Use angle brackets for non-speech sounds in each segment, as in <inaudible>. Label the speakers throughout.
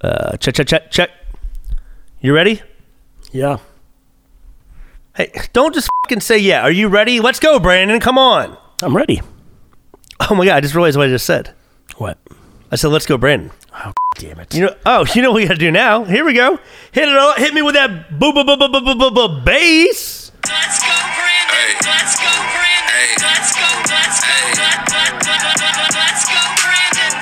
Speaker 1: Uh, check, check, check, check. You ready?
Speaker 2: Yeah.
Speaker 1: Hey, don't just fucking say yeah. Are you ready? Let's go, Brandon. Come on.
Speaker 2: I'm ready.
Speaker 1: Oh my god, I just realized what I just said.
Speaker 2: What?
Speaker 1: I said, let's go, Brandon.
Speaker 2: Damn it.
Speaker 1: You know, oh, you know what we got to do now. Here we go. Hit it all. Hit me with that boo boo boo boo boo boo boo boo bass.
Speaker 3: Let's go, Brandon. Let's go, Brandon. Let's go. Let's go. Let- let- let- let- let- Let's go, Brandon.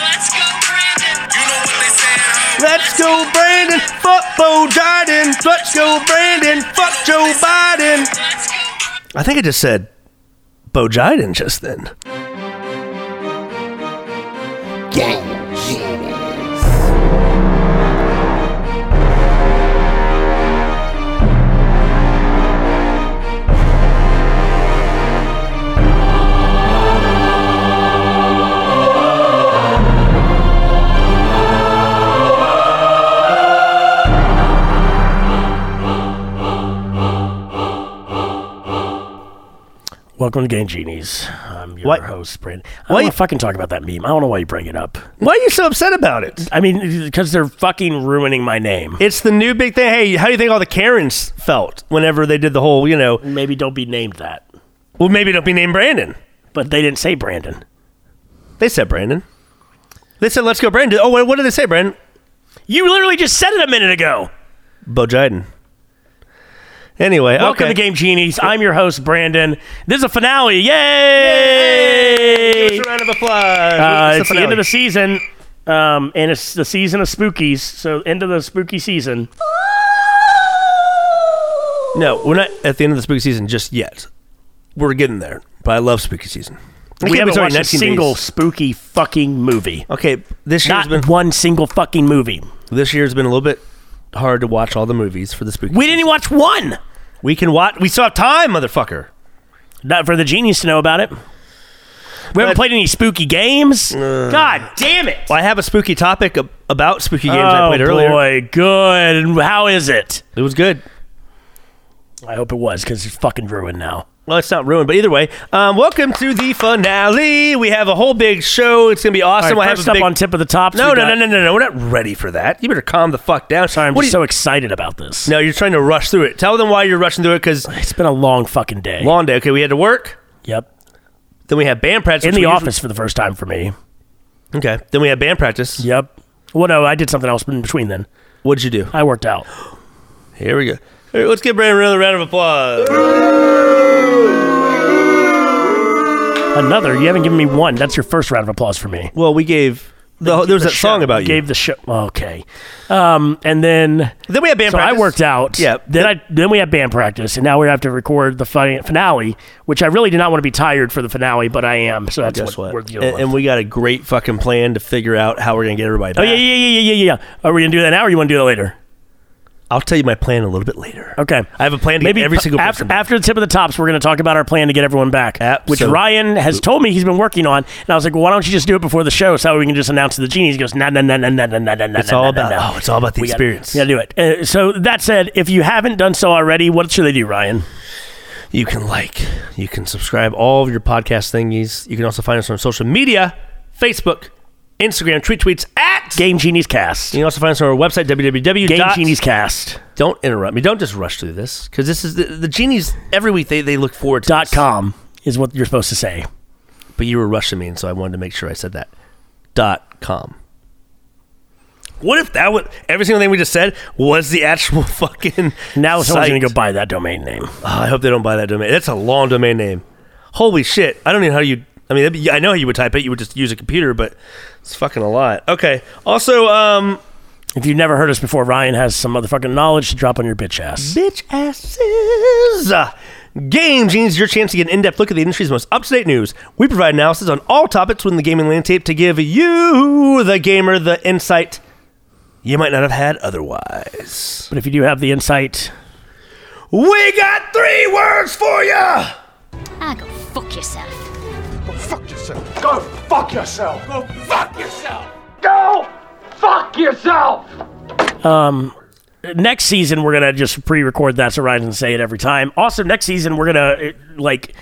Speaker 3: Let's go, Brandon. You know what they say at home.
Speaker 1: Let's go, Brandon. Fuck Bo Biden. Let's go, Brandon. Fuck Joe Biden.
Speaker 3: Let's go.
Speaker 1: I think I just said Bo Biden just then.
Speaker 2: Welcome to Game Genies. I'm your
Speaker 1: What?
Speaker 2: host, Brandon. I
Speaker 1: Why
Speaker 2: don't
Speaker 1: you-
Speaker 2: want to fucking talk about that meme. I don't know why you bring it up.
Speaker 1: Why are you so upset about it?
Speaker 2: I mean, <laughs> because they're fucking ruining my name.
Speaker 1: It's the new big thing. Hey, how do you think all the Karens felt whenever they did the whole, you know,
Speaker 2: Maybe don't be named that.
Speaker 1: well, maybe don't be named Brandon?
Speaker 2: But they didn't say Brandon.
Speaker 1: They said Brandon. They said, let's go, Brandon. Oh, wait, what did they say, Brandon?
Speaker 2: You literally just said it a minute ago.
Speaker 1: Bo Biden. Anyway,
Speaker 2: Welcome
Speaker 1: okay.
Speaker 2: to Game Genies. I'm your host, Brandon. This is a finale. Yay!
Speaker 1: Give us a round of applause. It's
Speaker 2: Uh,
Speaker 1: the
Speaker 2: it's the end
Speaker 1: finale.
Speaker 2: of the season, um, and it's the season of spookies. So end of the spooky season.
Speaker 1: No, we're not at the end of the spooky season just yet. We're getting there, but I love spooky season. I
Speaker 2: we
Speaker 1: can't believe
Speaker 2: haven't
Speaker 1: it's already
Speaker 2: watched a
Speaker 1: 19
Speaker 2: single
Speaker 1: days.
Speaker 2: spooky fucking movie.
Speaker 1: Okay, this year's
Speaker 2: Not
Speaker 1: been
Speaker 2: one single fucking movie.
Speaker 1: this year's been a little bit hard to watch all the movies for the spooky.
Speaker 2: We didn't even watch one.
Speaker 1: we can watch. We still have time, motherfucker.
Speaker 2: Not for the genies to know about it. We haven't
Speaker 1: But- Uh.
Speaker 2: played any spooky games. God damn it!
Speaker 1: Well, I have a spooky topic ab- about spooky games I
Speaker 2: oh
Speaker 1: played earlier.
Speaker 2: boy, good. And How is it?
Speaker 1: It was good.
Speaker 2: I hope it was because it's fucking ruined now.
Speaker 1: Well, it's not ruined, but either way, um, welcome to the finale. We have a whole big show. It's gonna be awesome.
Speaker 2: All right,
Speaker 1: I have
Speaker 2: first
Speaker 1: a
Speaker 2: up
Speaker 1: big-
Speaker 2: on tip of the tops.
Speaker 1: No,
Speaker 2: we
Speaker 1: no,
Speaker 2: got-
Speaker 1: no, no, no, no. We're not ready for that. You better calm the fuck down.
Speaker 2: Sorry, I'm
Speaker 1: What
Speaker 2: just
Speaker 1: do
Speaker 2: so
Speaker 1: you-
Speaker 2: excited about this.
Speaker 1: No, you're trying to rush through it. Tell them why you're rushing through it because
Speaker 2: It's been a long fucking day.
Speaker 1: long day. Okay, we had to work.
Speaker 2: Yep.
Speaker 1: Then we had band practice
Speaker 2: in
Speaker 1: which
Speaker 2: the
Speaker 1: we usually-
Speaker 2: office for the first time for me.
Speaker 1: okay. Then we had band practice.
Speaker 2: Yep. Well, no, I did something else in between then.
Speaker 1: What'd you do?
Speaker 2: I worked out.
Speaker 1: Here we go. Hey, let's give Brandon another round of applause.
Speaker 2: Another. You haven't given me one. That's your first round of applause for me.
Speaker 1: Well, we gave the, Oh, there was
Speaker 2: The
Speaker 1: that song
Speaker 2: show-
Speaker 1: about you.
Speaker 2: Gave the show. Okay. Um, and then
Speaker 1: then we had band
Speaker 2: so I
Speaker 1: practice.
Speaker 2: worked out.
Speaker 1: Yeah.
Speaker 2: Then I then we had band practice, and now we have to record the fi- finale, which I really did not want to be tired for the finale, but I am. So that's
Speaker 1: Guess
Speaker 2: what,
Speaker 1: what?
Speaker 2: we're dealing
Speaker 1: And,
Speaker 2: with.
Speaker 1: and we got a great fucking plan to figure out how we're gonna get everybody.
Speaker 2: oh
Speaker 1: back.
Speaker 2: yeah, yeah, yeah, yeah, yeah, yeah. Are we gonna do that now, or you want to do that later?
Speaker 1: I'll tell you my plan a little bit later.
Speaker 2: Okay.
Speaker 1: I have a plan to
Speaker 2: Maybe
Speaker 1: get every
Speaker 2: p-
Speaker 1: single
Speaker 2: after,
Speaker 1: person. back.
Speaker 2: after the tip of the tops, we're going to talk about our plan to get everyone back,
Speaker 1: Absolute-
Speaker 2: which Ryan has told me he's been working on. And I was like, well, why don't you just do it before the show so we can just announce to the genies? He goes, nah, nah, nah, nah, nah, nah, nah, nah, nah.
Speaker 1: It's all
Speaker 2: nah,
Speaker 1: about-
Speaker 2: nah, nah.
Speaker 1: oh, it's all about the
Speaker 2: We gotta-
Speaker 1: experience.
Speaker 2: We got to do it. Uh, so that said, if you haven't done so already, what should they do, Ryan?
Speaker 1: You can like, you can subscribe, all of your podcast thingies. You can also find us on social media Facebook, Instagram, tweet tweets at.
Speaker 2: Game Genies Cast.
Speaker 1: You can also find us on our website, www.
Speaker 2: Game Genies Cast.
Speaker 1: Don't interrupt me. Don't just rush through this because this is the, the genies every week. They, they look forward to
Speaker 2: Dot
Speaker 1: this.
Speaker 2: com is what you're supposed to say.
Speaker 1: But you were rushing me, and so I wanted to make sure I said that. Dot com. What if that was every single thing we just said was the actual <laughs> fucking
Speaker 2: Now someone's going to go
Speaker 1: site?
Speaker 2: buy that domain name.
Speaker 1: Oh, I hope they don't buy that domain. That's a long domain name. Holy shit! I don't even know how you. I mean, that'd be- I know how you would type it. You would just use a computer, but it's fucking a lot. Okay. Also, um,
Speaker 2: If you've never heard us before, Ryan has some motherfucking knowledge to drop on your bitch ass.
Speaker 1: bitch asses. Game Genies is your chance to get an in-depth look at the industry's most up-to-date news. We provide analysis on all topics within the gaming landscape to give you, the gamer, the insight you might not have had otherwise.
Speaker 2: But if you do have the insight,
Speaker 1: We got three words for you.
Speaker 4: Ah, go fuck yourself.
Speaker 5: fuck yourself. Go fuck yourself. Go fuck yourself. Go fuck yourself.
Speaker 2: next season we're gonna just pre-record that so Ryan can say it every time. Also, next eh, season we're gonna uh, like.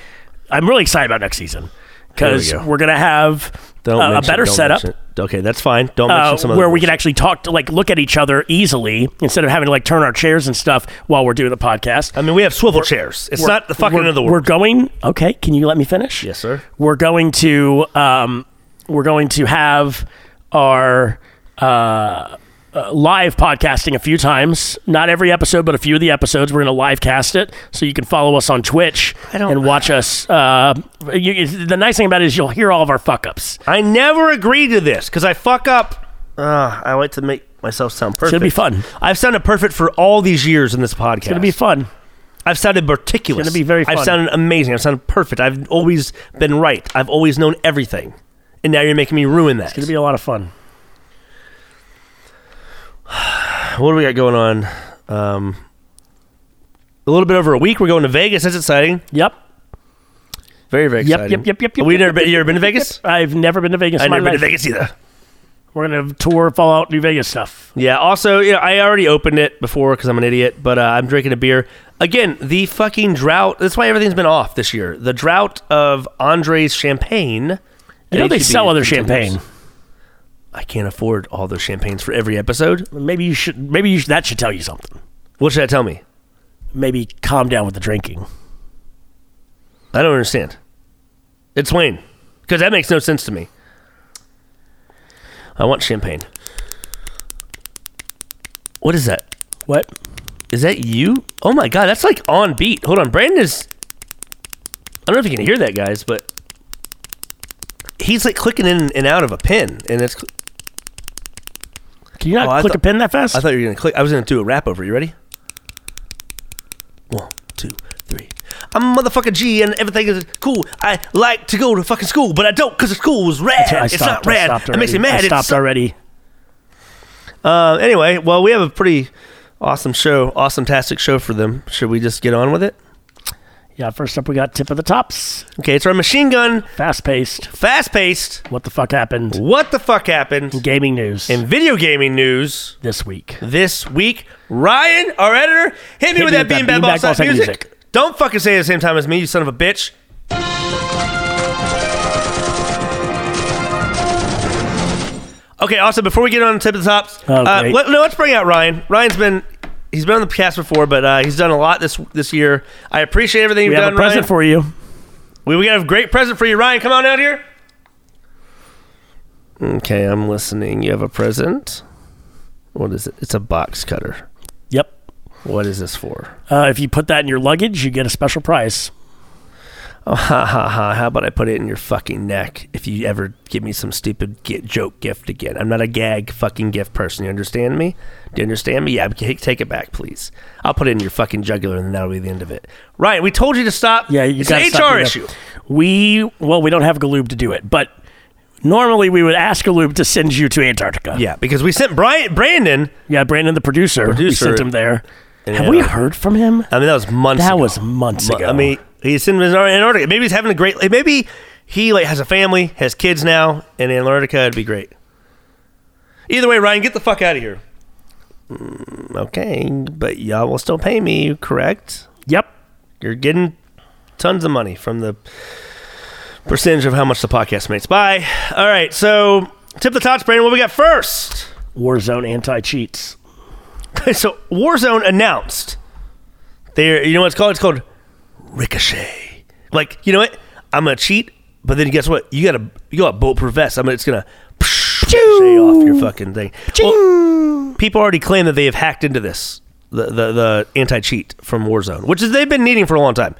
Speaker 2: I'm really excited about next season because
Speaker 1: There we
Speaker 2: we
Speaker 1: go.
Speaker 2: are gonna have
Speaker 1: Don't
Speaker 2: a- a
Speaker 1: mention-
Speaker 2: better
Speaker 1: don't
Speaker 2: setup.
Speaker 1: mention it. Okay, that's fine. Don't mention
Speaker 2: uh,
Speaker 1: some of
Speaker 2: where we can actually talk to like look at each other easily instead of having to like turn our chairs and stuff while we're doing the podcast.
Speaker 1: I mean, we have swivel chairs. It's
Speaker 2: We're-
Speaker 1: not the fucking
Speaker 2: we're,
Speaker 1: end of the
Speaker 2: We're
Speaker 1: world.
Speaker 2: going. Okay, can you let me finish?
Speaker 1: Yes, sir.
Speaker 2: We're going to um, we're going to have our uh, uh, live podcasting a few times. Not every episode, but a few of the episodes. We're going to live cast it, so you can follow us on Twitch
Speaker 1: I don't-
Speaker 2: and watch us. Uh, you, you- the nice thing about it is you'll hear all of our fuck ups.
Speaker 1: I never agree to this because I fuck up. Uh, I like to make myself sound perfect.
Speaker 2: be fun.
Speaker 1: I've sounded perfect for all these years in this podcast. It's
Speaker 2: It'll be fun.
Speaker 1: I've sounded meticulous.
Speaker 2: It's gonna be very
Speaker 1: I've
Speaker 2: fun.
Speaker 1: sounded amazing. I've sounded perfect. I've always been right. I've always known everything, and now you're making me ruin that.
Speaker 2: It'll be a lot of fun.
Speaker 1: what do we got going on? Um, a little bit over a week. We're going to Vegas. That's exciting.
Speaker 2: Yep.
Speaker 1: Very very
Speaker 2: Yep,
Speaker 1: exciting.
Speaker 2: yep, yep, yep, yep,
Speaker 1: We've
Speaker 2: yep,
Speaker 1: never
Speaker 2: yep,
Speaker 1: been. You ever been to Vegas?
Speaker 2: I've never been to Vegas. in
Speaker 1: I've
Speaker 2: my
Speaker 1: never been to
Speaker 2: life.
Speaker 1: Vegas either.
Speaker 2: We're gonna tour Fallout New Vegas stuff.
Speaker 1: Yeah. Also, you know, I already opened it before because I'm an idiot, but uh, I'm drinking a beer again. The fucking drought. That's why everything's been off this year. The drought of Andre's champagne. E
Speaker 2: You know they sell other champagne.
Speaker 1: I can't afford all those champagnes for every episode.
Speaker 2: Maybe you should. Maybe you should, that should tell you something.
Speaker 1: What should that tell me?
Speaker 2: Maybe calm down with the drinking.
Speaker 1: I don't understand. It's Wayne because that makes no sense to me. I want champagne. What is that?
Speaker 2: What?
Speaker 1: Is that you? Oh my god, that's like on beat. Hold on, Brandon is. I don't know if you can hear that, guys, but he's like clicking in and out of a pin, and it's.
Speaker 2: Can you not
Speaker 1: Oh, I
Speaker 2: click
Speaker 1: thought-
Speaker 2: a pin that fast?
Speaker 1: I thought you were gonna click. I was gonna do a rap over. You ready? One, two, three. I'm a motherfucking G, and everything is cool. I like to go to fucking school, but I don't because the school is rad.
Speaker 2: I
Speaker 1: it's not
Speaker 2: stopped, I
Speaker 1: rad.
Speaker 2: stopped
Speaker 1: It makes
Speaker 2: already.
Speaker 1: me mad.
Speaker 2: I
Speaker 1: It's
Speaker 2: stopped
Speaker 1: so-
Speaker 2: already.
Speaker 1: Uh, anyway, well, we have a pretty awesome show, awesome tastic show for them. Should we just get on with it?
Speaker 2: Yeah. First up, we got tip of the tops.
Speaker 1: Okay, it's our machine gun,
Speaker 2: Fast paced.
Speaker 1: fast paced.
Speaker 2: What the fuck happened?
Speaker 1: What the fuck happened
Speaker 2: Gaming news
Speaker 1: in video gaming news
Speaker 2: this week.
Speaker 1: this week? Ryan, our editor, hit me with that beanbag ball
Speaker 2: beanbag ball
Speaker 1: sack
Speaker 2: sack
Speaker 1: music.
Speaker 2: music.
Speaker 1: Don't fucking say it at the same time as me, you son of a bitch. Okay, also before we get on the tip of the tops,
Speaker 2: Oh,
Speaker 1: uh,
Speaker 2: great.
Speaker 1: let, no, let's bring out Ryan. Ryan's been he's been on the cast before, but uh, he's done a lot this this year. I appreciate everything
Speaker 2: We
Speaker 1: you've
Speaker 2: have
Speaker 1: done.
Speaker 2: a present
Speaker 1: Ryan.
Speaker 2: for you.
Speaker 1: We, we got a great present for you, Ryan. Come on out here. Okay, I'm listening. You have a present. What is it? It's a box cutter.
Speaker 2: Yep.
Speaker 1: What is this for?
Speaker 2: Uh, if you put that in your luggage, you get a special prize.
Speaker 1: Oh, ha ha ha. How about I put it in your fucking neck if you ever give me some stupid get joke gift again? I'm not a gag fucking gift person. You understand me? Do you understand me? Yeah, take take it back, please. I'll put it in your fucking jugular and that'll be the end of it. Ryan, we told you to stop.
Speaker 2: Yeah, you
Speaker 1: it's
Speaker 2: got
Speaker 1: an HR issue.
Speaker 2: We well, we don't have Galoob to do it, but normally we would ask Galoob to send you to Antarctica.
Speaker 1: Yeah, because we sent Brian Brandon.
Speaker 2: yeah. Brandon, the producer, we
Speaker 1: Producer.
Speaker 2: sent him there. Have
Speaker 1: yeah.
Speaker 2: we heard from him?
Speaker 1: I mean, that was months.
Speaker 2: That
Speaker 1: ago.
Speaker 2: was months
Speaker 1: Mo-
Speaker 2: ago.
Speaker 1: I mean, he's in Antarctica. Maybe he's having a great. Maybe he like has a family, has kids now in Antarctica. It'd be great. Either way, Ryan, get the fuck out of here. Mm, okay, but y'all will still pay me, correct?
Speaker 2: yep.
Speaker 1: You're getting tons of money from the percentage of how much the podcast makes. Bye. All right, so tip the tots, Brandon. What we got first?
Speaker 2: Warzone anti cheats.
Speaker 1: <laughs> so Warzone announced they you know what it's called? It's called Ricochet. Like, you know what? I'm gonna cheat, but then guess what? You gotta you got a bulletproof vest. I'm it's gonna ricochet off your fucking thing. Well, people already claim that they have hacked into this. The the, the anti cheat from Warzone, which is they've been needing for a long time.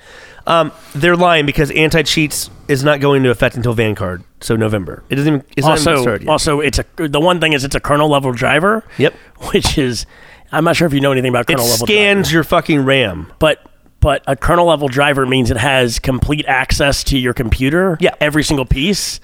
Speaker 1: Um, they're lying because anti cheats is not going into effect until Vanguard, so November. It doesn't even it's not even
Speaker 2: Also,
Speaker 1: started yet.
Speaker 2: also, it's a the one thing is it's a kernel level driver.
Speaker 1: Yep.
Speaker 2: <laughs> Which is, I'm not sure if you know anything about
Speaker 1: it
Speaker 2: kernel level driver,
Speaker 1: scans your fucking RAM.
Speaker 2: but but a kernel level driver means it has complete access to your computer.
Speaker 1: Yeah.
Speaker 2: Every single piece.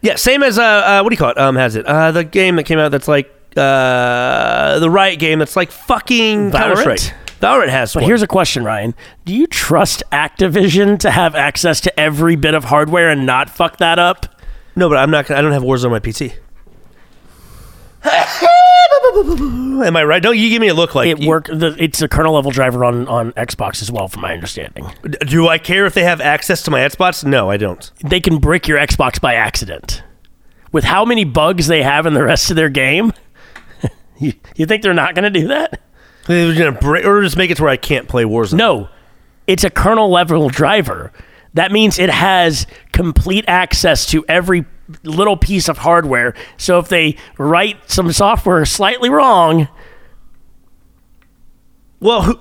Speaker 1: Yeah, same as uh, uh what do you call it? Um, has it uh the game that came out that's like uh the Riot game that's like fucking Counter Strike. Valorant has
Speaker 2: But
Speaker 1: one.
Speaker 2: here's a question, Ryan. Do you trust Activision to have access to every bit of hardware and not fuck that up?
Speaker 1: no, but I'm not. gonna I don't have Warzone on my PC. <laughs> Am I right? Don't you give me a look like
Speaker 2: It
Speaker 1: you-
Speaker 2: work. The, it's a kernel level driver on on Xbox as well, from my understanding.
Speaker 1: Do I care if they have access to my Xbox? No, I don't.
Speaker 2: They can brick your Xbox by accident. with how many bugs they have in the rest of their game, <laughs> you, you think they're not going to do that?
Speaker 1: They're gonna break, or just make it to where I can't play Warzone.
Speaker 2: No, it's a kernel level driver. That means it has complete access to every little piece of hardware. So if they write some software slightly wrong,
Speaker 1: Well, who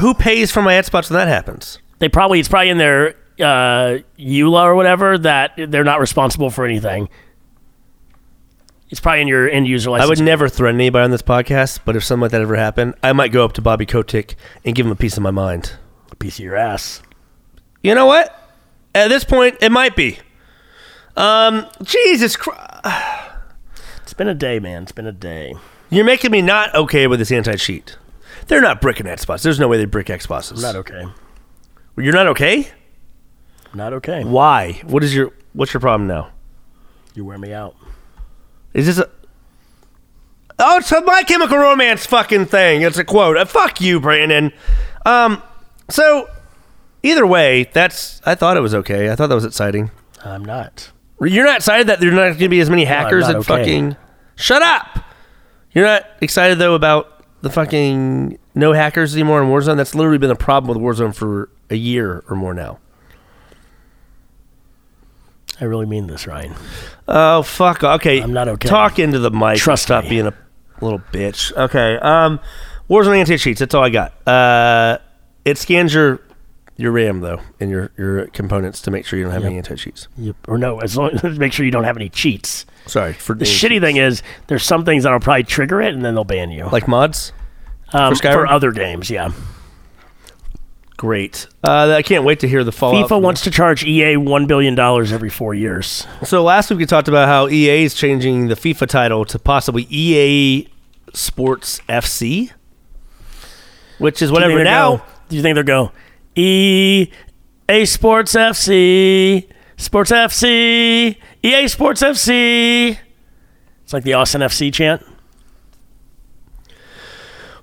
Speaker 1: who pays for my ad spots when that happens?
Speaker 2: they probably it's probably in their uh, EULA or whatever that they're not responsible for anything. It's probably in your end user
Speaker 1: I
Speaker 2: license.
Speaker 1: would never threaten anybody on this podcast, but if something like that ever happened, I might go up to Bobby Kotick and give him a piece of my mind.
Speaker 2: piece of your ass.
Speaker 1: You know what? At this point, it might be. Um, Jesus Christ.
Speaker 2: It's been a day, man. It's been a day.
Speaker 1: You're making me not okay with this anti cheat. They're not bricking ad spots. There's no way they brick X spots.
Speaker 2: Not okay.
Speaker 1: You're not okay?
Speaker 2: Not okay.
Speaker 1: Why? What is your what's your problem now?
Speaker 2: You wear me out.
Speaker 1: Is this a Oh, it's a My Chemical Romance fucking thing. It's a quote. Uh, fuck you, Brandon. Um, so either way, that's I thought it was okay. I thought that was exciting.
Speaker 2: I'm not.
Speaker 1: You're not excited that there's not going to be as many hackers
Speaker 2: not
Speaker 1: and
Speaker 2: okay.
Speaker 1: fucking. Shut up. You're not excited though about the fucking no hackers anymore in Warzone. That's literally been a problem with Warzone for a year or more now.
Speaker 2: I really mean this, Ryan.
Speaker 1: Oh fuck. Okay.
Speaker 2: I'm not okay.
Speaker 1: Talk into the mic.
Speaker 2: Trust
Speaker 1: Stop
Speaker 2: me.
Speaker 1: being a little bitch. Okay. Um Warzone anti cheats, that's all I got. Uh it scans your your RAM though and your your components to make sure you don't have any anti cheats.
Speaker 2: Yep. Or no, as long <laughs> make sure you don't have any cheats.
Speaker 1: Sorry for
Speaker 2: The shitty thing is there's some things that'll probably trigger it and then they'll ban you.
Speaker 1: like mods.
Speaker 2: um,
Speaker 1: for Skyrim?
Speaker 2: for other games, yeah.
Speaker 1: Great. Uh, I can't wait to hear the fallout.
Speaker 2: FIFA
Speaker 1: from
Speaker 2: wants to charge EA one billion dollars every four years.
Speaker 1: So last week we talked about how EA is changing the FIFA title to possibly EA Sports FC, which is
Speaker 2: Do
Speaker 1: whatever
Speaker 2: you think they'll
Speaker 1: now.
Speaker 2: go- Do you think they'll go E A Sports FC Sports FC EA Sports FC? It's like the Austin FC chant.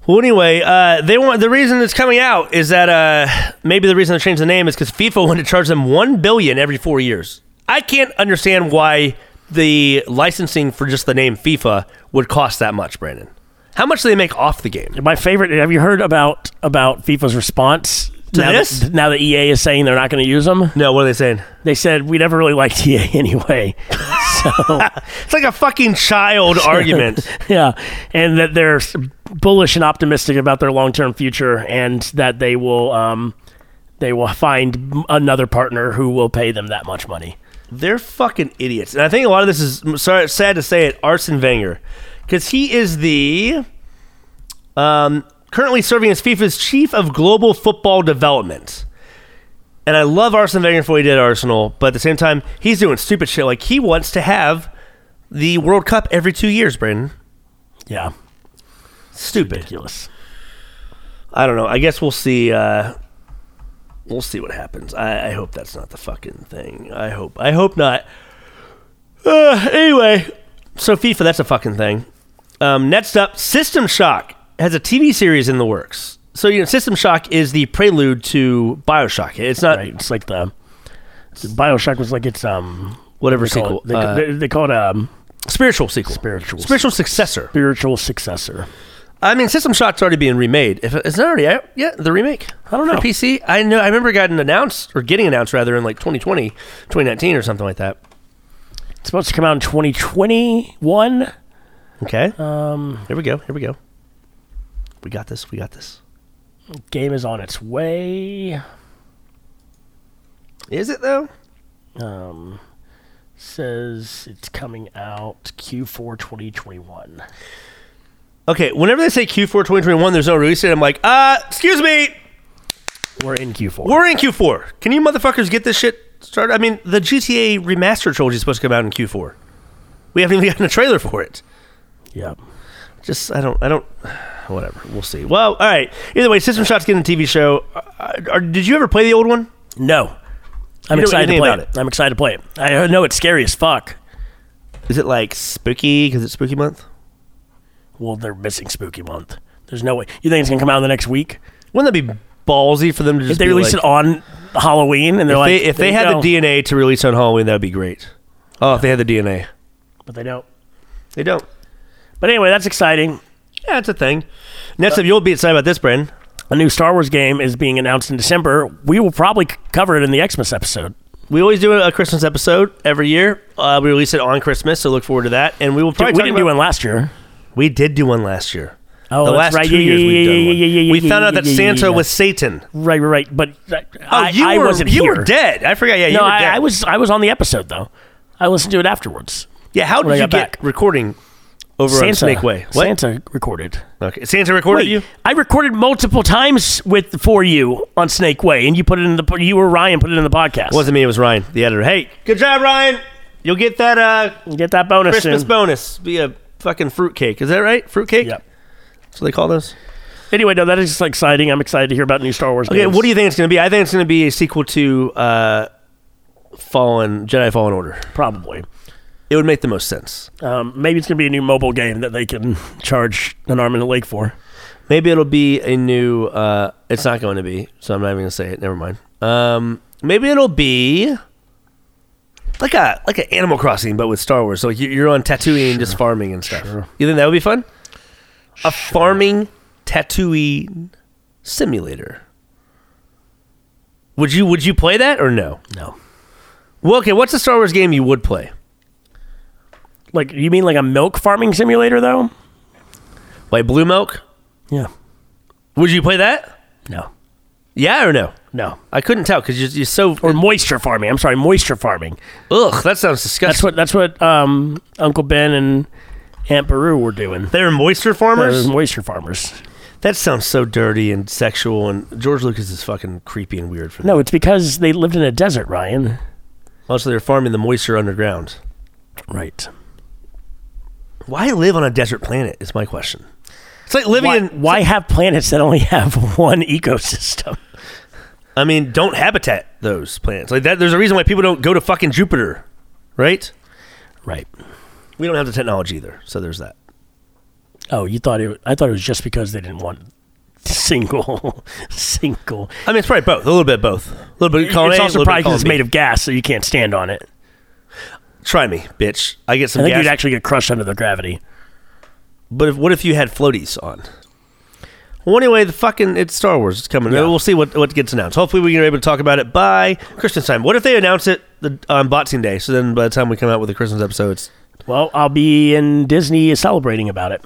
Speaker 1: Well, anyway, uh, they want the reason it's coming out is that uh, maybe the reason they changed the name is because FIFA wanted to charge them one billion every four years. I can't understand why the licensing for just the name FIFA would cost that much, Brandon. How much do they make off the game?
Speaker 2: My favorite. Have you heard about about FIFA's response
Speaker 1: To
Speaker 2: now
Speaker 1: this?
Speaker 2: That, now that EA is saying they're not going to use them?
Speaker 1: No, what are they saying?
Speaker 2: They said we never really liked <laughs> EA anyway. So
Speaker 1: It's like a fucking <laughs> child argument.
Speaker 2: <laughs> yeah, and that they're s- bullish and optimistic about their long term future, and that they will um, they will find m- another partner who will pay them that much money.
Speaker 1: They're fucking idiots. And I think a lot of this is m- sorry, sad to say it, Arsene Wenger, because he is the um, currently serving as FIFA's chief of global football development. And I love Arsene Wenger for what he did at Arsenal, but at the same time, he's doing stupid shit. Like he wants to have the World Cup every two years, Brandon.
Speaker 2: Yeah,
Speaker 1: Stupid.
Speaker 2: ridiculous.
Speaker 1: I don't know. I guess we'll see. Uh, we'll see what happens. I, I hope that's not the fucking thing. I hope. I hope not. Uh, anyway, so FIFA, that's a fucking thing. Um, next up, System Shock has a TV series in the works. So you know, System Shock is the prelude to Bioshock. It's not
Speaker 2: Right? It's like the, the Bioshock was like it's um
Speaker 1: whatever
Speaker 2: they
Speaker 1: sequel.
Speaker 2: call it, they,
Speaker 1: uh,
Speaker 2: they, they call it um
Speaker 1: spiritual sequel.
Speaker 2: Spiritual
Speaker 1: Spiritual successor.
Speaker 2: spiritual successor.
Speaker 1: I mean, System Shock's already being remade. If it's not already out yet, the remake. I
Speaker 2: don't know.
Speaker 1: For PC, I know. I remember it gotten announced or getting announced rather in like 2020, 2019 or something like that.
Speaker 2: It's supposed to come out in 2021.
Speaker 1: Okay. Um. Here we go. Here we go. We got this. We got this.
Speaker 2: Game is on its way.
Speaker 1: Is it though?
Speaker 2: Um, says it's coming out Q4 2021.
Speaker 1: Okay. Whenever they say Q4 2021, there's no release date. I'm like, uh, excuse me,
Speaker 2: We're in Q4.
Speaker 1: we're in Q4. Can you motherfuckers get this shit started? I mean, the GTA remaster trilogy is supposed to come out in Q4. We haven't even gotten a trailer for it.
Speaker 2: yeah.
Speaker 1: just I don't <sighs> I don't whatever we'll see. Well, all right. Either way, System Shock's getting a TV show. Uh, uh, did you ever play the old one?
Speaker 2: No. I'm
Speaker 1: You know
Speaker 2: excited to
Speaker 1: anything
Speaker 2: play
Speaker 1: about
Speaker 2: it. I'm excited to play it. I know it's scary as fuck.
Speaker 1: Is it like spooky because it's spooky month?
Speaker 2: Well, they're missing Spooky Month. There's no way. You think it's gonna come out in the next week?
Speaker 1: Wouldn't that be ballsy for them to just
Speaker 2: If they
Speaker 1: be
Speaker 2: release
Speaker 1: like-
Speaker 2: it on Halloween and they're
Speaker 1: If
Speaker 2: like,
Speaker 1: they, if they had the
Speaker 2: deal,
Speaker 1: DNA to release on Halloween, that'd be great. Oh, if they had the DNA,
Speaker 2: but they don't.
Speaker 1: They don't.
Speaker 2: But anyway, that's exciting.
Speaker 1: Yeah, it's a thing.
Speaker 2: Uh,
Speaker 1: Next up, you'll be excited about this, Brandon.
Speaker 2: A new Star Wars game is being announced in December. We will probably c- cover it in the Xmas episode.
Speaker 1: We always do a Christmas episode every year. Uh, we release it on Christmas, so look forward to that. And we will probably
Speaker 2: we
Speaker 1: talk
Speaker 2: didn't
Speaker 1: about-
Speaker 2: do one last year.
Speaker 1: We did do one last year.
Speaker 2: Oh,
Speaker 1: the last
Speaker 2: that's right.
Speaker 1: two
Speaker 2: Yeah,
Speaker 1: years we've
Speaker 2: yeah, yeah,
Speaker 1: done
Speaker 2: yeah,
Speaker 1: one.
Speaker 2: yeah, yeah,
Speaker 1: we
Speaker 2: yeah,
Speaker 1: found out
Speaker 2: yeah,
Speaker 1: that
Speaker 2: yeah,
Speaker 1: Santa
Speaker 2: yeah.
Speaker 1: was Satan.
Speaker 2: Right, right, right. But uh,
Speaker 1: Oh,
Speaker 2: I,
Speaker 1: you
Speaker 2: I
Speaker 1: were,
Speaker 2: wasn't
Speaker 1: you
Speaker 2: here.
Speaker 1: were dead. I forgot. Yeah, you
Speaker 2: No,
Speaker 1: were
Speaker 2: I,
Speaker 1: dead.
Speaker 2: I was. I was on the episode though. I listened to it afterwards.
Speaker 1: Yeah, how did
Speaker 2: when I
Speaker 1: you get
Speaker 2: got back.
Speaker 1: recording over on Snake Way? What?
Speaker 2: Santa recorded.
Speaker 1: Okay, Santa recorded you.
Speaker 2: I recorded multiple times with for you on Snake Way, and you put it in the. You or Ryan put it in the podcast.
Speaker 1: Wasn't me. It was Ryan, the editor. Hey, good job, Ryan. You'll get that uh,
Speaker 2: get that bonus
Speaker 1: Christmas
Speaker 2: soon.
Speaker 1: bonus. Be a fucking fruitcake. Is that right? Fruitcake.
Speaker 2: Yep.
Speaker 1: That's what they call those.
Speaker 2: Anyway, no, that is just exciting. I'm excited to hear about new Star Wars.
Speaker 1: Okay,
Speaker 2: games.
Speaker 1: what do you think it's going to be? I think it's going to be a sequel to uh, Fallen Jedi Fallen Order.
Speaker 2: probably?
Speaker 1: It would make the most sense.
Speaker 2: Um, maybe it's going to be a new mobile game that they can charge an arm and a leg for.
Speaker 1: Maybe it'll be a new. Uh, it's not going to be, so I'm not even going to say it. Never mind. Um, maybe it'll be like a like an Animal Crossing, but with Star Wars. So like you- you're on Tatooine, and just farming and stuff. You think that would be fun? A farming Tatooine simulator. Would you Would you play that or no?
Speaker 2: No,
Speaker 1: Well, okay. What's a Star Wars game you would play?
Speaker 2: like you mean like a milk farming simulator though?
Speaker 1: Like Blue Milk?
Speaker 2: Yeah.
Speaker 1: Would you play that?
Speaker 2: No.
Speaker 1: Yeah or no?
Speaker 2: No.
Speaker 1: I couldn't tell because you're, you're so.
Speaker 2: Or moisture farming. I'm sorry, moisture farming.
Speaker 1: Ugh, that sounds disgusting.
Speaker 2: That's what that's what um, Uncle Ben and Aunt Peru were doing.
Speaker 1: They're moisture farmers.
Speaker 2: They're moisture farmers.
Speaker 1: that sounds so dirty and sexual. And George Lucas is fucking creepy and weird for that.
Speaker 2: No, it's because they lived in a desert, Ryan.
Speaker 1: Also, they're farming the moisture underground.
Speaker 2: Right.
Speaker 1: Why live on a desert planet? Is my question. It's like living
Speaker 2: Why,
Speaker 1: in.
Speaker 2: why have planets that only have <laughs> one ecosystem?
Speaker 1: I mean, don't habitat those planets like that. There's a reason why people don't go to fucking Jupiter, right?
Speaker 2: Right.
Speaker 1: We don't have the technology either, so there's that.
Speaker 2: Oh, you thought it? I thought it was just because they didn't want single, <laughs> single.
Speaker 1: I mean, it's probably both. A little bit of both. A little bit. Of column
Speaker 2: it's
Speaker 1: a,
Speaker 2: also
Speaker 1: little bit
Speaker 2: probably
Speaker 1: of column
Speaker 2: because it's
Speaker 1: B.
Speaker 2: made of gas, so you can't stand on it.
Speaker 1: Try me, bitch. I get
Speaker 2: I
Speaker 1: some
Speaker 2: think
Speaker 1: gas.
Speaker 2: you'd actually get crushed under the gravity.
Speaker 1: But if, what if you had floaties on? Well, anyway, the fucking it's Star Wars. It's coming. We'll see what, what gets announced. Hopefully, we are able to talk about it by Christmas time. What if they announce it the, on Boxing Day? So then, by the time we come out with the Christmas episode, it's
Speaker 2: Well, I'll be in Disney celebrating about it.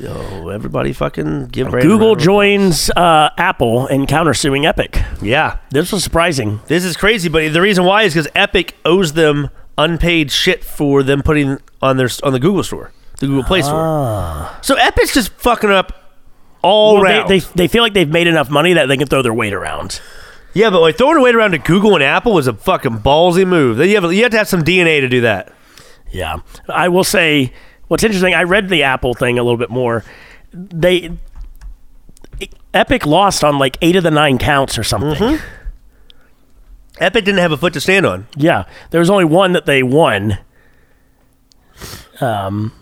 Speaker 1: yo, oh, everybody fucking give Brandon a
Speaker 2: Google
Speaker 1: round of
Speaker 2: joins uh, Apple in countersuing Epic.
Speaker 1: applause. Yeah,
Speaker 2: This was surprising.
Speaker 1: this is crazy. But the reason why is because Epic owes them unpaid shit for them putting on their on the Google Store, the Google Play Store. So Epic's just fucking up all
Speaker 2: Ah. Well,
Speaker 1: round.
Speaker 2: they, they, they feel like they've made enough money that they can throw their weight around.
Speaker 1: Yeah, but like throwing it weight around to Google and Apple was a fucking ballsy move. You have, you have to have some DNA to do that.
Speaker 2: Yeah. I will say what's interesting, I read the Apple thing a little bit more. They Epic lost on like eight of the nine counts or something.
Speaker 1: Epic didn't have a foot to stand on.
Speaker 2: Yeah. There was only one that they won. Um